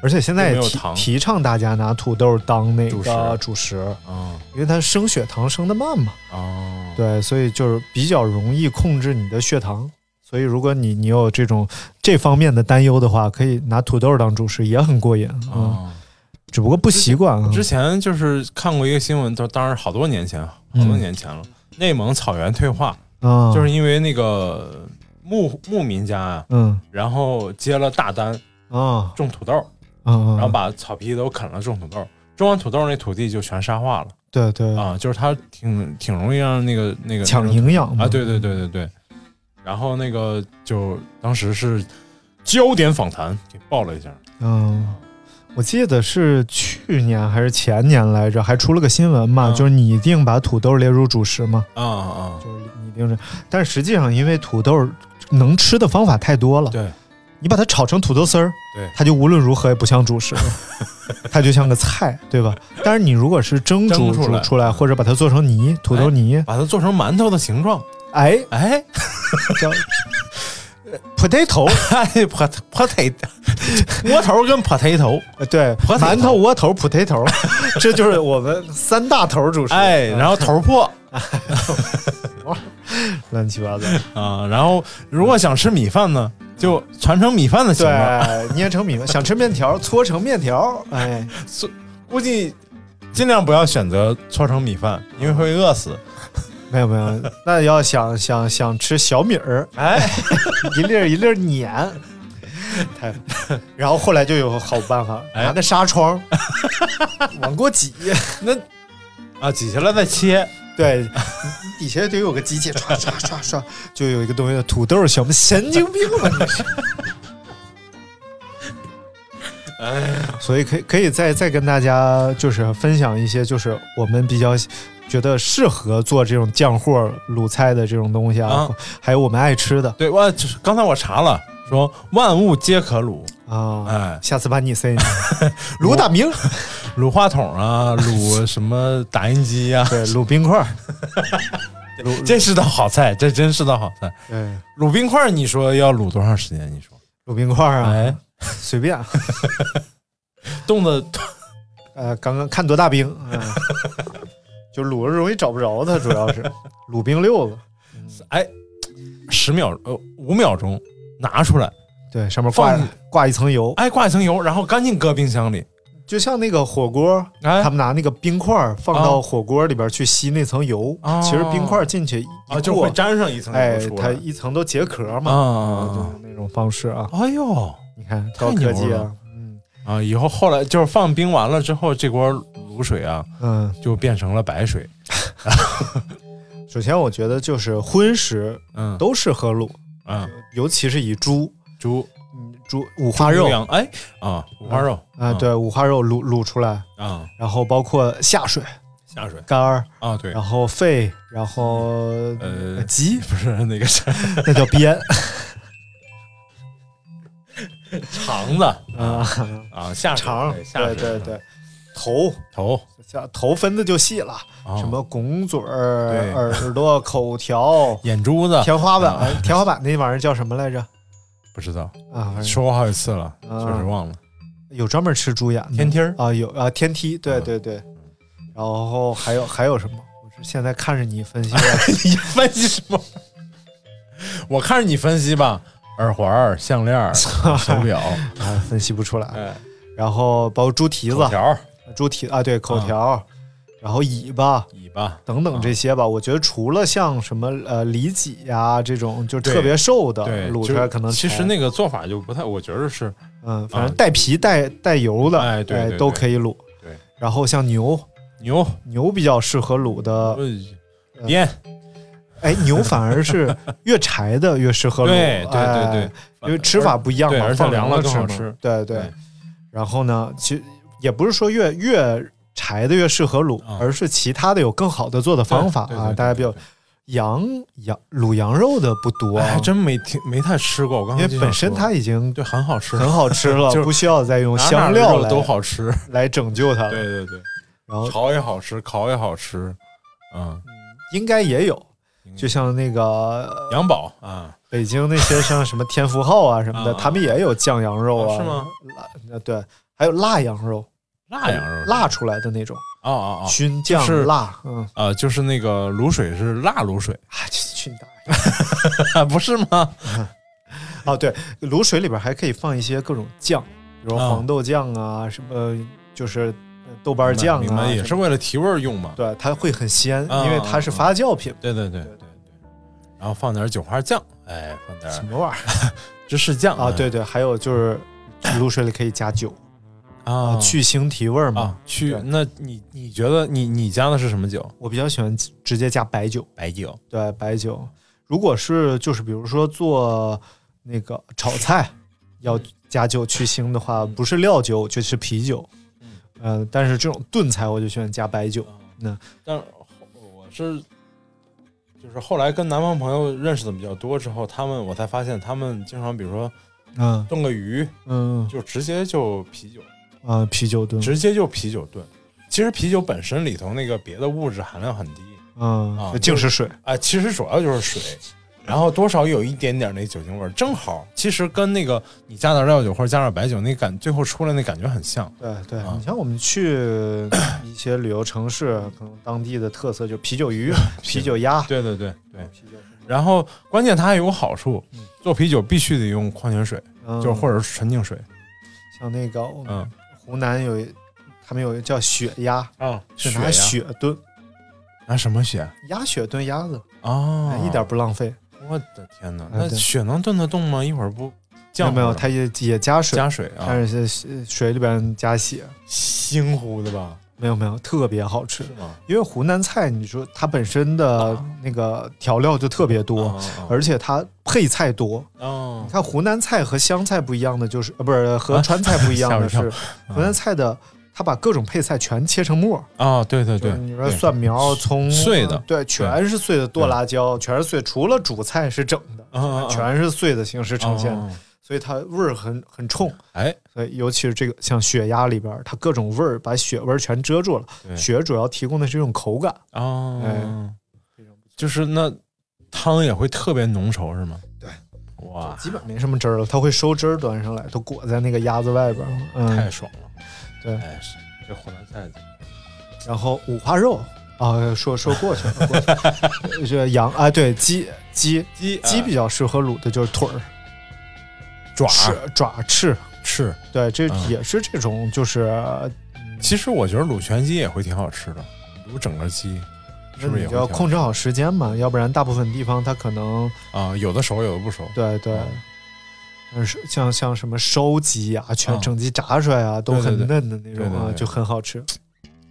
Speaker 9: 而且现在
Speaker 10: 又
Speaker 9: 也
Speaker 10: 没有
Speaker 9: 提
Speaker 10: 糖
Speaker 9: 提倡大家拿土豆当那
Speaker 10: 主
Speaker 9: 个
Speaker 10: 食
Speaker 9: 主食，
Speaker 10: 啊
Speaker 9: 因为它升血糖升的慢嘛，
Speaker 10: 啊！
Speaker 9: 对，所以就是比较容易控制你的血糖。所以如果你你有这种这方面的担忧的话，可以拿土豆当主食，也很过瘾啊、嗯
Speaker 10: 啊！
Speaker 9: 只不过不习惯啊。
Speaker 10: 之前就是看过一个新闻，都当然好多年前，啊好多年前了。内蒙草原退化，
Speaker 9: 啊，
Speaker 10: 就是因为那个牧牧民家啊，
Speaker 9: 嗯
Speaker 10: 然后接了大单
Speaker 9: 啊
Speaker 10: 种土豆，
Speaker 9: 啊，然
Speaker 10: 然后把草皮都啃了种土豆，种完土豆那土地就全沙化了。
Speaker 9: 对对、
Speaker 10: 啊，就是它挺挺容易让那个那个
Speaker 9: 抢营养嘛
Speaker 10: 啊，对对对对对。然后那个就当时是焦点访谈给报了一下，
Speaker 9: 嗯，我记得是去年还是前年来着，还出了个新闻嘛，
Speaker 10: 嗯
Speaker 9: 就是你一定把土豆列入主食嘛，
Speaker 10: 啊啊，
Speaker 9: 就是你一定是，但实际上因为土豆能吃的方法太多了，
Speaker 10: 对，
Speaker 9: 你把它炒成土豆丝儿，
Speaker 10: 对
Speaker 9: 它就无论如何也不像
Speaker 10: <laughs>
Speaker 9: 主食了，它就像个菜，对吧？但是你如果是蒸
Speaker 10: 蒸
Speaker 9: 煮
Speaker 10: 出
Speaker 9: 煮
Speaker 10: 来嗯
Speaker 9: 出来，或者把它做成泥，土豆泥，
Speaker 10: 把它做成馒头的形状，
Speaker 9: 哎，
Speaker 10: 哎
Speaker 9: 叫
Speaker 10: <laughs>
Speaker 9: potato，
Speaker 10: ，pot potato，窝 <laughs> 头跟 potato，
Speaker 9: 呃对，
Speaker 10: Potato
Speaker 9: 馒头、窝头、potato，
Speaker 10: <laughs>
Speaker 9: 这就是我们三大头主食，
Speaker 10: 哎，
Speaker 9: 啊
Speaker 10: 然后头破
Speaker 9: 乱七八糟。
Speaker 10: 啊，然后如果想吃米饭呢，就传成米饭的形状，
Speaker 9: 对，捏成米饭，想吃面条搓成面条，哎，
Speaker 10: 估计尽量不要选择搓成米饭，因为会饿死。
Speaker 9: 没有没有，
Speaker 10: <laughs>
Speaker 9: 那要想想想吃小米儿，
Speaker 10: 哎，
Speaker 9: <laughs> 一粒儿一粒儿碾，太， <laughs> 然后后来就有好办法，
Speaker 10: 哎
Speaker 9: 拿个
Speaker 10: <laughs>
Speaker 9: 纱窗往过挤，
Speaker 10: 那啊，挤下来再切，
Speaker 9: 对，底下得有个机器刷刷刷刷，就有一个东西土豆小米，神经病吧你 <laughs> 是？哎所以可以可以再再跟大家就是分享一些，就是我们比较觉得适合做这种酱货卤菜的这种东西啊，
Speaker 10: 啊
Speaker 9: 还有我们爱吃的
Speaker 10: 对，我就是刚才我查了，说万物皆可卤，
Speaker 9: 啊。
Speaker 10: 哎，
Speaker 9: 下次把你塞 <laughs> 进去卤大明，
Speaker 10: 卤话筒啊， <laughs> 卤什么打印机呀、
Speaker 9: <laughs> 对，卤冰 <laughs> 块儿，
Speaker 10: 这是道好菜，这真是道好菜。
Speaker 9: 对，
Speaker 10: 卤冰块，你说要卤多长时间？你说，
Speaker 9: 卤冰块儿啊，
Speaker 10: 哎，
Speaker 9: 随便，啊
Speaker 10: 冻的，
Speaker 9: 呃，刚刚看多大冰，
Speaker 10: <laughs>
Speaker 9: 嗯，就卤着容易找不着它，主要
Speaker 10: <laughs>
Speaker 9: 是卤冰溜子，
Speaker 10: 哎，十秒呃五秒钟拿出来，
Speaker 9: 对，上面挂
Speaker 10: 放进去
Speaker 9: 挂一层油，
Speaker 10: 哎，挂一层油，然后赶紧搁冰箱里，
Speaker 9: 就像那个火锅，
Speaker 10: 哎
Speaker 9: 他们拿那个冰块儿放
Speaker 10: 啊
Speaker 9: 到火锅里边去吸那层油，
Speaker 10: 哦
Speaker 9: 其实冰块儿进去一
Speaker 10: 啊，就
Speaker 9: 过
Speaker 10: 会，粘上一层
Speaker 9: 哎
Speaker 10: 油出，
Speaker 9: 它
Speaker 10: 来。
Speaker 9: 一嗯层都结壳
Speaker 10: 啊
Speaker 9: 嘛，
Speaker 10: 啊
Speaker 9: 就是那种方式啊，
Speaker 10: 啊！哎呦
Speaker 9: 你看
Speaker 10: 太
Speaker 9: 高科技
Speaker 10: 牛
Speaker 9: 啊
Speaker 10: 了，
Speaker 9: 嗯
Speaker 10: 啊！以后后来就是放冰完了之后，这锅卤水啊
Speaker 9: 嗯。
Speaker 10: 就变成了白水。
Speaker 9: 首先，我觉得就是荤食
Speaker 10: 嗯，
Speaker 9: 都适合卤，
Speaker 10: 啊，
Speaker 9: 尤其是以猪、
Speaker 10: 猪
Speaker 9: 嗯猪五花肉
Speaker 10: 牛羊哎啊，五花肉
Speaker 9: 啊，对，五花肉卤卤出来，
Speaker 10: 啊，
Speaker 9: 然后包括下水、
Speaker 10: 下水
Speaker 9: 肝儿，
Speaker 10: 啊，对
Speaker 9: 然，后肺，然后
Speaker 10: 呃
Speaker 9: 鸡， <laughs>
Speaker 10: 不是那个啥，
Speaker 9: 那叫鞭，
Speaker 10: 肠子
Speaker 9: 啊，
Speaker 10: <laughs> 啊，下水
Speaker 9: <laughs> 肠，
Speaker 10: 下
Speaker 9: 对
Speaker 10: 水啊
Speaker 9: 对对，头
Speaker 10: 头
Speaker 9: 像头分的就细了，
Speaker 10: 哦
Speaker 9: 什么拱嘴儿、
Speaker 10: 对
Speaker 9: 耳朵、口条、
Speaker 10: 眼珠子
Speaker 9: 天花板、
Speaker 10: 啊
Speaker 9: 天花板那玩意儿叫什么来着？
Speaker 10: 不知道，
Speaker 9: 啊，反正
Speaker 10: 说过好几次了，
Speaker 9: 啊
Speaker 10: 确实忘了。
Speaker 9: 有专门吃猪眼的
Speaker 10: 天梯儿
Speaker 9: 啊，有啊，天梯，对
Speaker 10: 嗯
Speaker 9: 对对，然后还有还有什么？我是现在看着你
Speaker 10: <laughs>
Speaker 9: 分析了
Speaker 10: 你分析什么？我看着你分析吧，耳环儿、项
Speaker 9: <laughs>
Speaker 10: 链儿、手表、
Speaker 9: 啊，分析不出来。
Speaker 10: 哎
Speaker 9: 然后包括猪蹄子
Speaker 10: 口、条儿、
Speaker 9: 猪蹄啊，对，口条，然后尾巴。
Speaker 10: 尾巴，
Speaker 9: 等等这些吧，我觉得除了像什么呃里脊呀、这种就特别瘦的
Speaker 10: 对，
Speaker 9: 卤出
Speaker 10: 就是
Speaker 9: 来可能
Speaker 10: 其实
Speaker 9: 馋
Speaker 10: 那个做法就不太，我觉得是
Speaker 9: 嗯，反正带皮带带油的，
Speaker 10: 哎对对
Speaker 9: 都
Speaker 10: 对
Speaker 9: 可以卤。
Speaker 10: 对，
Speaker 9: 然后像牛，
Speaker 10: 牛
Speaker 9: 牛比较适合卤的，
Speaker 10: 呃腌，
Speaker 9: 哎，牛反而是越柴的越适合卤，
Speaker 10: 对对对
Speaker 9: 哎
Speaker 10: 对，，
Speaker 9: 因为吃法不一样
Speaker 10: 对
Speaker 9: 嘛，
Speaker 10: 而且
Speaker 9: 放
Speaker 10: 凉了
Speaker 9: 了
Speaker 10: 更好
Speaker 9: 嘛
Speaker 10: 吃
Speaker 9: 对对
Speaker 10: 对。
Speaker 9: 然后呢，其实也不是说越越柴的越适合卤
Speaker 10: 嗯，
Speaker 9: 而是其他的有更好的做的方法
Speaker 10: 对对
Speaker 9: 啊，
Speaker 10: 对
Speaker 9: 大家比较
Speaker 10: 对
Speaker 9: 羊羊卤羊肉的不多
Speaker 10: 我
Speaker 9: 啊
Speaker 10: 哎还，真没听没太吃过，我刚
Speaker 9: 因
Speaker 10: 才
Speaker 9: 为
Speaker 10: 就想
Speaker 9: 本身
Speaker 10: 说
Speaker 9: 它已经
Speaker 10: 对很好吃，
Speaker 9: 很好吃了
Speaker 10: 就，是
Speaker 9: 不需要再用
Speaker 10: 哪哪
Speaker 9: 香
Speaker 10: 的
Speaker 9: 料
Speaker 10: 肉
Speaker 9: 来
Speaker 10: 都好
Speaker 9: <laughs>
Speaker 10: 吃，
Speaker 9: 来拯救它了。
Speaker 10: 对对对，
Speaker 9: 然后
Speaker 10: 炒也好吃，烤也好吃，嗯，
Speaker 9: 应该也有，就像那个
Speaker 10: 羊宝啊，
Speaker 9: 北京那些像什么天福号啊什么的，
Speaker 10: 啊啊
Speaker 9: 他们也有酱羊肉啊，
Speaker 10: 哦是吗？
Speaker 9: 辣，对，还有辣羊肉，
Speaker 10: 辣羊肉，
Speaker 9: 辣出来的那种
Speaker 10: 啊啊啊，
Speaker 9: 熏酱
Speaker 10: 就是
Speaker 9: 辣，嗯，
Speaker 10: 啊，就是那个卤水是辣卤水， <laughs>
Speaker 9: 啊，这去你大爷！ <laughs>
Speaker 10: 不是吗？
Speaker 9: 哦，对，卤水里边还可以放一些各种酱，比如
Speaker 10: 啊
Speaker 9: 黄豆酱啊，什么就是呃豆瓣酱
Speaker 10: 明
Speaker 9: 啊
Speaker 10: 白，也
Speaker 9: 什
Speaker 10: 是
Speaker 9: 么
Speaker 10: 为了提味儿用嘛。
Speaker 9: 对，它会很鲜，
Speaker 10: 啊
Speaker 9: 因为它是发酵品。
Speaker 10: 对对对对对，然后放点酒花酱，哎，放
Speaker 9: 什
Speaker 10: 点
Speaker 9: 么玩意
Speaker 10: 芝士酱哎
Speaker 9: 儿啊？对对，还有就是卤水里可以加酒
Speaker 10: 啊，
Speaker 9: 啊，去腥提味儿嘛
Speaker 10: 啊。去
Speaker 9: 对，
Speaker 10: 那你你觉得你你加的是什么酒？
Speaker 9: 我比较喜欢直接加白酒，
Speaker 10: 白酒
Speaker 9: 对白酒。如果是就是比如说做那个炒菜
Speaker 10: 嗯
Speaker 9: 要加酒去腥的话，不是料酒就是啤酒。嗯、但是这种炖菜我就喜欢加白酒。嗯那
Speaker 10: 但是后我是就是后来跟南方朋友认识的比较多之后，他们我才发现他们经常比如说
Speaker 9: 嗯
Speaker 10: 炖个鱼，
Speaker 9: 嗯
Speaker 10: 就直接就啤酒，
Speaker 9: 啊，啤酒炖，
Speaker 10: 直接就啤酒炖。其实啤酒本身里头那个别的物质含量很低
Speaker 9: 嗯，
Speaker 10: 啊
Speaker 9: 就净是水。
Speaker 10: 啊，其实主要就是水。然后多少有一点点那酒精味儿，正好，其实跟那个你加点料酒或者加点白酒那感，最后出来那感觉很像。
Speaker 9: 对对，
Speaker 10: 啊
Speaker 9: 你像我们去一些旅游城市，可能当地的特色就啤酒
Speaker 10: <laughs>
Speaker 9: 鱼、啤酒鸭。
Speaker 10: 对对对对。
Speaker 9: 啤酒
Speaker 10: 然后关键它还有个好处
Speaker 9: 嗯，
Speaker 10: 做啤酒必须得用矿泉水，
Speaker 9: 嗯
Speaker 10: 就是或者是纯净水。
Speaker 9: 像那个，
Speaker 10: 嗯
Speaker 9: 湖南有一，他们有一个叫血鸭，
Speaker 10: 啊，
Speaker 9: 哦是
Speaker 10: 血
Speaker 9: 拿
Speaker 10: 呀
Speaker 9: 血炖，
Speaker 10: 拿什么血？啊
Speaker 9: 鸭血炖鸭子，
Speaker 10: 哦
Speaker 9: 哎，一点。不浪费。
Speaker 10: 我的天哪，
Speaker 9: 嗯
Speaker 10: 那
Speaker 9: 对
Speaker 10: 血能炖得动吗？一会儿不
Speaker 9: 没有
Speaker 10: 酱
Speaker 9: 没有，
Speaker 10: 它
Speaker 9: 它也也加水，
Speaker 10: 加水啊，
Speaker 9: 但是是水里边加血，
Speaker 10: 腥乎的吧？
Speaker 9: 没有没有，特别好吃
Speaker 10: 是。啊吗？
Speaker 9: 因为湖南菜，你说它本身的那个调料就特别多，
Speaker 10: 啊
Speaker 9: 而且它配菜多。
Speaker 10: 哦
Speaker 9: 你，看湖南菜和湘菜不一样的就是，呃，不是和川菜不一样
Speaker 10: <laughs>
Speaker 9: 的
Speaker 10: 吓我
Speaker 9: 是，
Speaker 10: 啊一
Speaker 9: 湖南菜的它把各种配菜全切成末儿，
Speaker 10: 啊，对对对
Speaker 9: 就是，你说蒜苗、葱
Speaker 10: 碎的
Speaker 9: 对，全是碎的，剁辣椒全是碎，除了主菜是整的，
Speaker 10: 啊哦
Speaker 9: 全是碎的形式呈现的。
Speaker 10: 的。
Speaker 9: 所以它味儿很很冲。
Speaker 10: 哎，
Speaker 9: 所以尤其是这个像血鸭里边儿，它各种味儿把血味儿全遮住了。
Speaker 10: 对
Speaker 9: 血主要提供的是一种口感，
Speaker 10: 哦，就是那汤也会特别浓稠是吗？
Speaker 9: 对，
Speaker 10: 哇，
Speaker 9: 基本没什么汁儿了，它会收汁儿端上来，都裹在那个鸭子外边儿。
Speaker 10: 太
Speaker 9: 嗯，
Speaker 10: 爽了。
Speaker 9: 对
Speaker 10: 哎，是这湖南菜
Speaker 9: 然后五花肉啊，说说过去了，过去
Speaker 10: <laughs>
Speaker 9: 了这羊啊，对鸡鸡
Speaker 10: 鸡啊
Speaker 9: 鸡比较适合卤的就是腿儿、
Speaker 10: 爪
Speaker 9: 翅、爪、翅，
Speaker 10: 是
Speaker 9: 对，这
Speaker 10: 嗯
Speaker 9: 也是这种就是。
Speaker 10: 其实我觉得卤全鸡也会挺好吃的，卤整个鸡是
Speaker 9: 那
Speaker 10: 不是也会
Speaker 9: 你就要
Speaker 10: 挺好
Speaker 9: 控制好时间嘛，要不然大部分地方它可能
Speaker 10: 啊？有的熟，有的不熟。
Speaker 9: 对对
Speaker 10: 嗯，
Speaker 9: 但是像像什么烧鸡啊，全
Speaker 10: 嗯
Speaker 9: 整鸡炸出来啊，都
Speaker 10: 对对
Speaker 9: 很
Speaker 10: 对
Speaker 9: 嫩的那种
Speaker 10: 对对
Speaker 9: 啊，
Speaker 10: 对
Speaker 9: 就很好吃。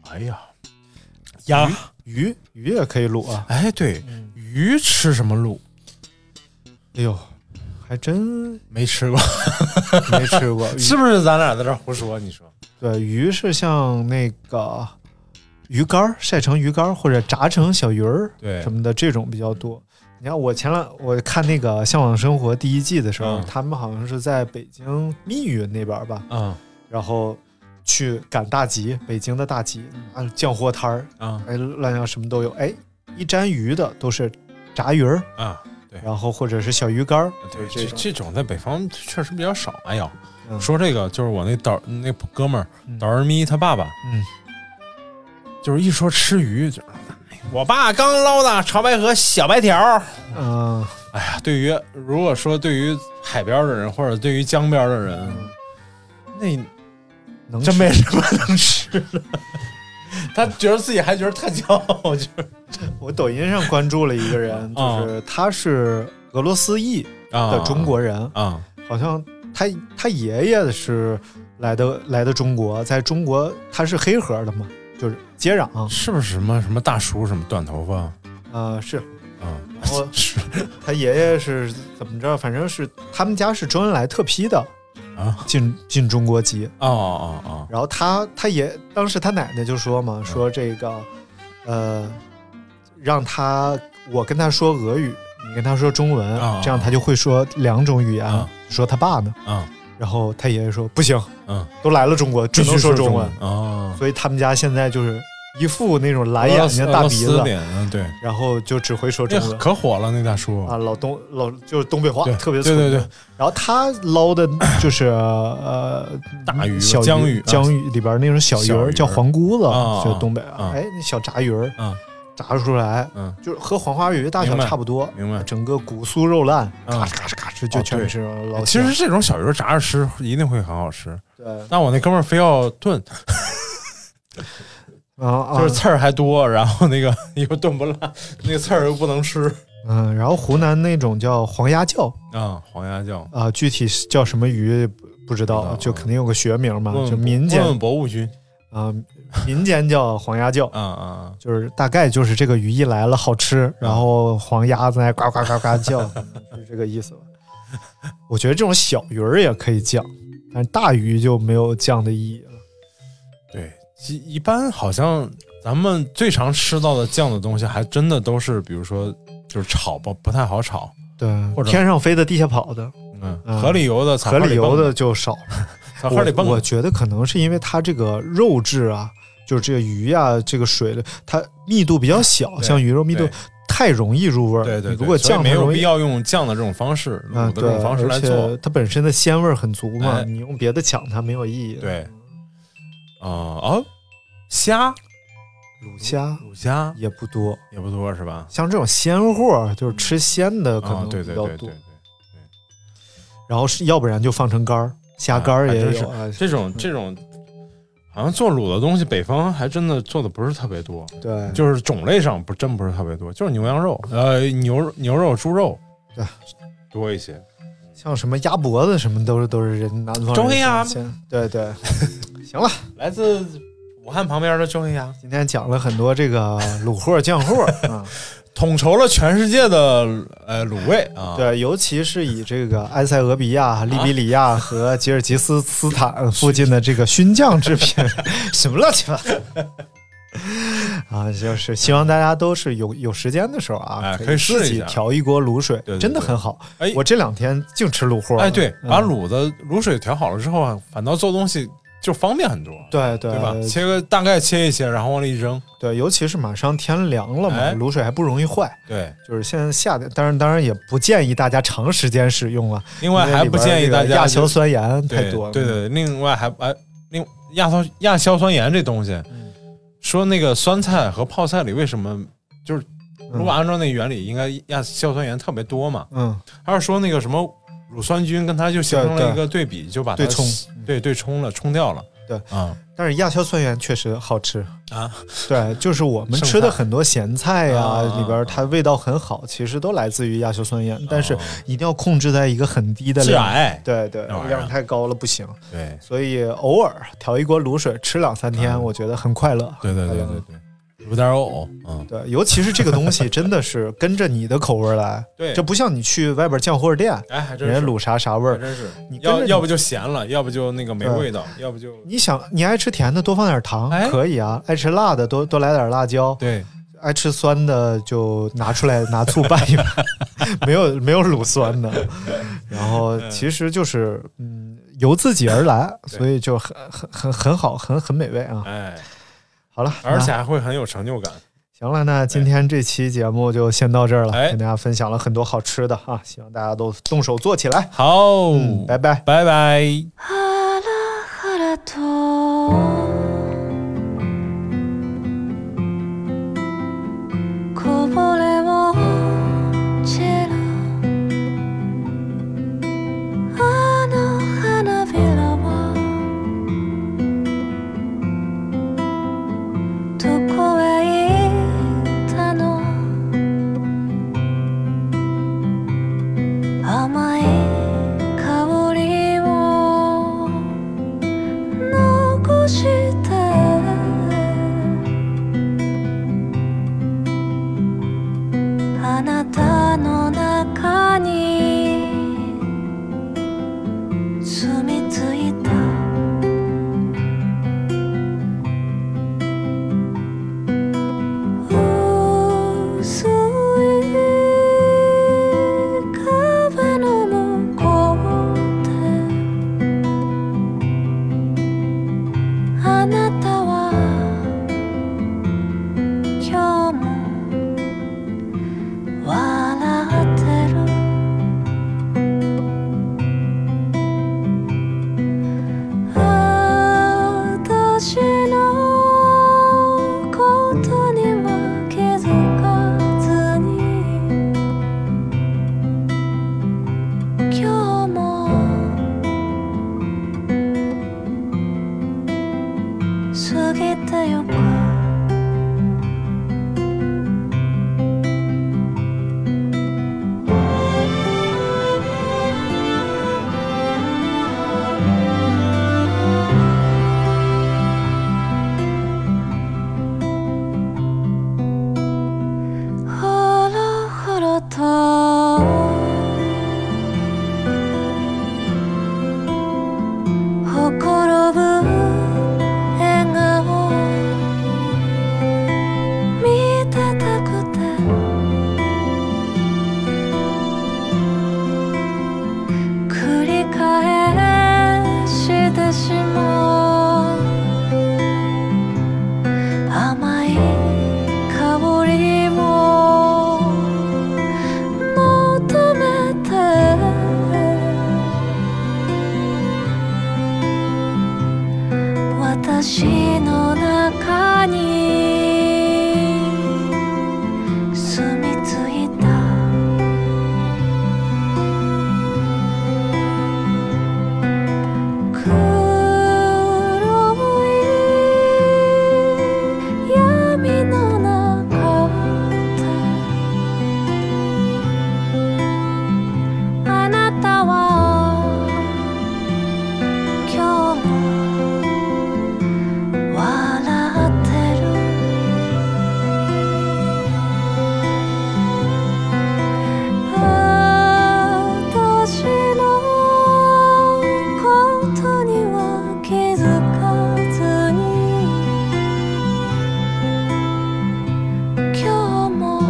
Speaker 10: 哎呀，鸭，
Speaker 9: 鱼鱼也可以卤啊，
Speaker 10: 哎对，
Speaker 9: 嗯，
Speaker 10: 鱼吃什么卤？
Speaker 9: 哎呦，还真
Speaker 10: 没吃过，
Speaker 9: 没吃
Speaker 10: <laughs>
Speaker 9: 过。鱼
Speaker 10: 是不是？咱俩在这儿胡说？你说
Speaker 9: 对，鱼是像那个鱼干儿晒成鱼干儿或者炸成小鱼儿
Speaker 10: 对
Speaker 9: 什么的，这种比较多。你看我前两我看那个《向往生活》第一季的时候，
Speaker 10: 嗯
Speaker 9: 他们好像是在北京密云那边吧，
Speaker 10: 嗯
Speaker 9: 然后去赶大集，北京的大集啊，酱货摊儿，
Speaker 10: 嗯
Speaker 9: 哎，乱要什么都有，哎，一沾鱼的都是炸鱼儿，
Speaker 10: 啊，
Speaker 9: 然后或者是小鱼干儿，
Speaker 10: 对，这
Speaker 9: 这种
Speaker 10: 这种在北方确实比较少。哎呀，
Speaker 9: 嗯
Speaker 10: 说这个就是我那导那哥们儿
Speaker 9: 嗯
Speaker 10: 导儿咪他爸爸，
Speaker 9: 嗯，
Speaker 10: 就是一说吃鱼，就是哎我爸刚捞的潮白河小白条儿。
Speaker 9: 嗯，
Speaker 10: 哎呀，对于如果说对于海边的人或者对于江边的人，那
Speaker 9: 能
Speaker 10: 真
Speaker 9: 吃
Speaker 10: 没什么能吃的。 <laughs> 他觉得自己还觉得特骄傲， <laughs> 就是
Speaker 9: <laughs> 我抖音上关注了一个
Speaker 10: 嗯
Speaker 9: 人，就是他是俄罗斯裔的中国人，
Speaker 10: 啊
Speaker 9: 好像他他爷爷是来的来的中国，在中国他是黑河的嘛，就是接壤，
Speaker 10: 是不是什么什么大叔什么短头发
Speaker 9: 呃，是，
Speaker 10: 啊？
Speaker 9: 然后
Speaker 10: 是
Speaker 9: 他爷爷是怎么着，反正是他们家是周恩来特批的
Speaker 10: 啊
Speaker 9: 进进中国籍，
Speaker 10: 哦哦哦
Speaker 9: 然后他他爷当时他奶奶就说
Speaker 10: 嗯
Speaker 9: 嘛，说这个，呃，让他我跟他说俄语，你跟他说中文，
Speaker 10: 啊
Speaker 9: 这样他就会说两种语言。
Speaker 10: 啊
Speaker 9: 说他爸呢，
Speaker 10: 啊
Speaker 9: 然后他爷爷说不行，
Speaker 10: 嗯，
Speaker 9: 都来了中国，只
Speaker 10: 必须
Speaker 9: 能
Speaker 10: 说
Speaker 9: 中
Speaker 10: 文哦，
Speaker 9: 所以他们家现在就是一副那种蓝眼睛、
Speaker 10: 俄
Speaker 9: 大
Speaker 10: 罗
Speaker 9: 鼻
Speaker 10: 斯
Speaker 9: 子，
Speaker 10: 脸嗯对，
Speaker 9: 然后就只会说中
Speaker 10: 那
Speaker 9: 文。
Speaker 10: 可火了那大叔
Speaker 9: 啊，老东老就是东北话
Speaker 10: 嗯对，
Speaker 9: 特别
Speaker 10: 对
Speaker 9: 粗
Speaker 10: 对对，
Speaker 9: 然后他
Speaker 10: <clears throat>
Speaker 9: 捞的就是呃
Speaker 10: 大鱼
Speaker 9: 小
Speaker 10: 江鱼啊
Speaker 9: 江鱼里边那种小鱼
Speaker 10: 小鱼
Speaker 9: 儿
Speaker 10: 儿
Speaker 9: 叫黄菇子
Speaker 10: 啊，
Speaker 9: 就东北
Speaker 10: 啊
Speaker 9: 啊，哎，那小炸鱼儿
Speaker 10: 啊
Speaker 9: 炸出来
Speaker 10: 嗯，
Speaker 9: 就是和黄花鱼大小
Speaker 10: 明白
Speaker 9: 差不多，
Speaker 10: 明白。
Speaker 9: 整个骨酥肉烂，
Speaker 10: 啊
Speaker 9: 咔哧咔哧咔哧就
Speaker 10: 哦
Speaker 9: 全是捞起
Speaker 10: 其
Speaker 9: 来。
Speaker 10: 实这种小鱼炸着吃一定会很好吃，
Speaker 9: 对，
Speaker 10: 但我那哥们儿非要炖，
Speaker 9: 然后啊
Speaker 10: 就是刺儿还多，然后那个 <laughs> 又炖不烂，那个刺儿又不能吃
Speaker 9: 嗯，然后湖南那种叫黄鸭叫
Speaker 10: 啊。黄鸭叫，
Speaker 9: 啊，具体是叫什么鱼不不知
Speaker 10: 不知
Speaker 9: 道，
Speaker 10: 道嗯
Speaker 9: 就肯定有个学名嘛，
Speaker 10: 问
Speaker 9: 啊就民间
Speaker 10: 问问博物君
Speaker 9: 啊，民间叫黄鸭叫。
Speaker 10: 啊啊
Speaker 9: 就是大概就是这个鱼一来了好吃，
Speaker 10: 嗯
Speaker 9: 然后黄鸭子在呱呱呱呱
Speaker 10: <laughs>
Speaker 9: 叫，是这个意思吧？我觉得这种小鱼儿也可以酱，但是大鱼就没有酱的意义了。
Speaker 10: 对，其一般好像咱们最常吃到的酱的东西，还真的都是比如说就是炒吧，不太好炒，
Speaker 9: 对，
Speaker 10: 或者
Speaker 9: 天上飞的，地下跑的，
Speaker 10: 嗯，
Speaker 9: 嗯
Speaker 10: 河里游的，草
Speaker 9: 河
Speaker 10: 花
Speaker 9: 里游
Speaker 10: 蹦
Speaker 9: 的，就少。
Speaker 10: 草花里
Speaker 9: 我
Speaker 10: 蹦
Speaker 9: 我
Speaker 10: 的，
Speaker 9: 觉得可能是因为它这个肉质啊，就是这个鱼啊，这个水的它密度比较小，
Speaker 10: 对
Speaker 9: 像鱼肉密度
Speaker 10: 对
Speaker 9: 太容易入味儿。
Speaker 10: 对对，对
Speaker 9: 如果
Speaker 10: 所以
Speaker 9: 酱
Speaker 10: 没
Speaker 9: 很
Speaker 10: 有
Speaker 9: 容易
Speaker 10: 必要用酱的这种方式，
Speaker 9: 啊，
Speaker 10: 卤的这
Speaker 9: 对，
Speaker 10: 种方式来
Speaker 9: 而且
Speaker 10: 做，
Speaker 9: 它本身的鲜味儿很足嘛，
Speaker 10: 哎
Speaker 9: 你用别的抢它没有意义。
Speaker 10: 对，啊哦，虾
Speaker 9: 卤虾
Speaker 10: 卤虾
Speaker 9: 也不多，
Speaker 10: 也不多是吧？
Speaker 9: 像这种鲜货就是吃鲜的可
Speaker 10: 啊
Speaker 9: 能，
Speaker 10: 对
Speaker 9: 比
Speaker 10: 对
Speaker 9: 较多，
Speaker 10: 对对对。
Speaker 9: 然后是要不然就放成干儿，虾干儿
Speaker 10: 啊还
Speaker 9: 也
Speaker 10: 真是
Speaker 9: 有啊，
Speaker 10: 这种这种，好像做卤的东西，北方还真的做的不是特别多，
Speaker 9: 对，
Speaker 10: 就是种类上不真不是特别多，就是牛羊肉，呃，牛肉牛肉、猪肉，
Speaker 9: 对，
Speaker 10: 多一些。
Speaker 9: 像什么鸭脖子什么都是都是人南方人
Speaker 10: 周黑鸭
Speaker 9: 的鲜，对对， <laughs> 行了，
Speaker 10: 来自武汉旁边的啊周黑鸭，
Speaker 9: 今天讲了很多这个卤货酱货
Speaker 10: <laughs>
Speaker 9: 啊，
Speaker 10: 统筹了全世界的呃卤味啊，，
Speaker 9: 对，尤其是以这个埃塞俄比亚、利比里亚和吉尔吉斯斯
Speaker 10: <laughs>
Speaker 9: 坦附近的这个熏酱制品，什么乱七八糟。啊，就是希望大家都是有有时间的时候啊，
Speaker 10: 哎可
Speaker 9: 可
Speaker 10: 以试
Speaker 9: 自
Speaker 10: 一
Speaker 9: 己
Speaker 10: 下
Speaker 9: 调一锅卤水，
Speaker 10: 对对
Speaker 9: 真的
Speaker 10: 对
Speaker 9: 很好。
Speaker 10: 哎
Speaker 9: 我这两天净吃卤货了。
Speaker 10: 哎对，
Speaker 9: 嗯
Speaker 10: 把卤的卤水调好了之后啊，反倒做东西就方便很多，
Speaker 9: 对对
Speaker 10: 对吧？切个大概切一切，然后往里一扔，
Speaker 9: 对，尤其是马上天凉了嘛，
Speaker 10: 哎
Speaker 9: 卤水还不容易坏。
Speaker 10: 对。
Speaker 9: 就是现在夏天，当然当然也不建议大家长时间使用了，
Speaker 10: 另外
Speaker 9: 因为
Speaker 10: 还
Speaker 9: 里
Speaker 10: 不
Speaker 9: 边
Speaker 10: 建议
Speaker 9: 这个
Speaker 10: 大家
Speaker 9: 亚
Speaker 10: 就
Speaker 9: 硝酸盐太
Speaker 10: 对
Speaker 9: 多了。嗯
Speaker 10: 对对，另外还哎，另亚硝亚硝酸盐这东西，
Speaker 9: 嗯
Speaker 10: 说那个酸菜和泡菜里为什么就是如果按照那原理，应该亚硝酸盐特别多嘛？
Speaker 9: 嗯，
Speaker 10: 还是说那个什么乳酸菌跟它就形成
Speaker 9: 对
Speaker 10: 了
Speaker 9: 对
Speaker 10: 一个对比，就把它
Speaker 9: 对冲，嗯
Speaker 10: 对对冲了，冲掉了。
Speaker 9: 对
Speaker 10: 啊
Speaker 9: 但是亚硝酸盐确实
Speaker 10: <laughs>
Speaker 9: 好吃
Speaker 10: 啊，
Speaker 9: 对，就是我们
Speaker 10: 剩
Speaker 9: 吃的
Speaker 10: 菜
Speaker 9: 很多咸菜呀、
Speaker 10: 啊啊哦
Speaker 9: 里边它味道很好，其实都来自于亚硝酸盐，但是一定要控制在一个很低的
Speaker 10: 致
Speaker 9: 量，
Speaker 10: 癌，
Speaker 9: 对对
Speaker 10: 那玩，意儿
Speaker 9: 量太高了不行，
Speaker 10: 对
Speaker 9: 所以偶尔调一锅卤水吃两三天，我觉得很快乐。
Speaker 10: 嗯对对对对对，有点呕，嗯，
Speaker 9: 对，尤其是这个东西真的是跟着你的口味儿来，
Speaker 10: <laughs> 对
Speaker 9: 这不像你去外边酱货店，
Speaker 10: 哎，还真是
Speaker 9: 人家卤啥啥味
Speaker 10: 还
Speaker 9: 儿，
Speaker 10: 真是
Speaker 9: 你跟着
Speaker 10: 要
Speaker 9: 你
Speaker 10: 要不就咸了，要不就那个没
Speaker 9: 对
Speaker 10: 味道，要不就
Speaker 9: 你想你爱吃甜的多放点糖
Speaker 10: 哎
Speaker 9: 可以啊，爱吃辣的多多来点辣椒，
Speaker 10: 对
Speaker 9: 爱吃酸的就拿出来拿醋拌一拌， <laughs> 没有没有乳酸的。然后其实就是嗯，由自己而来，所以就很很很很好，很很美味啊。
Speaker 10: 哎，
Speaker 9: 好了，
Speaker 10: 而
Speaker 9: 那嗯
Speaker 10: 且还会很有成就感。
Speaker 9: 行了，那今天这期节目就先到这儿了，
Speaker 10: 哎
Speaker 9: 跟大家分享了很多好吃的啊，希望大家都动手做起来。
Speaker 10: 好，
Speaker 9: 嗯，拜拜。
Speaker 10: 拜拜。
Speaker 2: ハラハラとこぼれ落ちるあの花びらはどこへ行ったの甘い香りを残してあなたの中に住み着いた薄い壁の向こうであなたは今日も笑ってる私のことには気づかずに今日も過ぎてゆくほろほろとほころぶ笑顔見てたくて繰り返してしまう甘い香りを求めて私の中に住み着いた黒い闇の中であなたは今日も笑ってる私のことには気づかずに今日も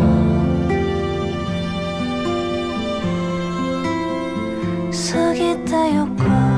Speaker 2: 過ぎてゆく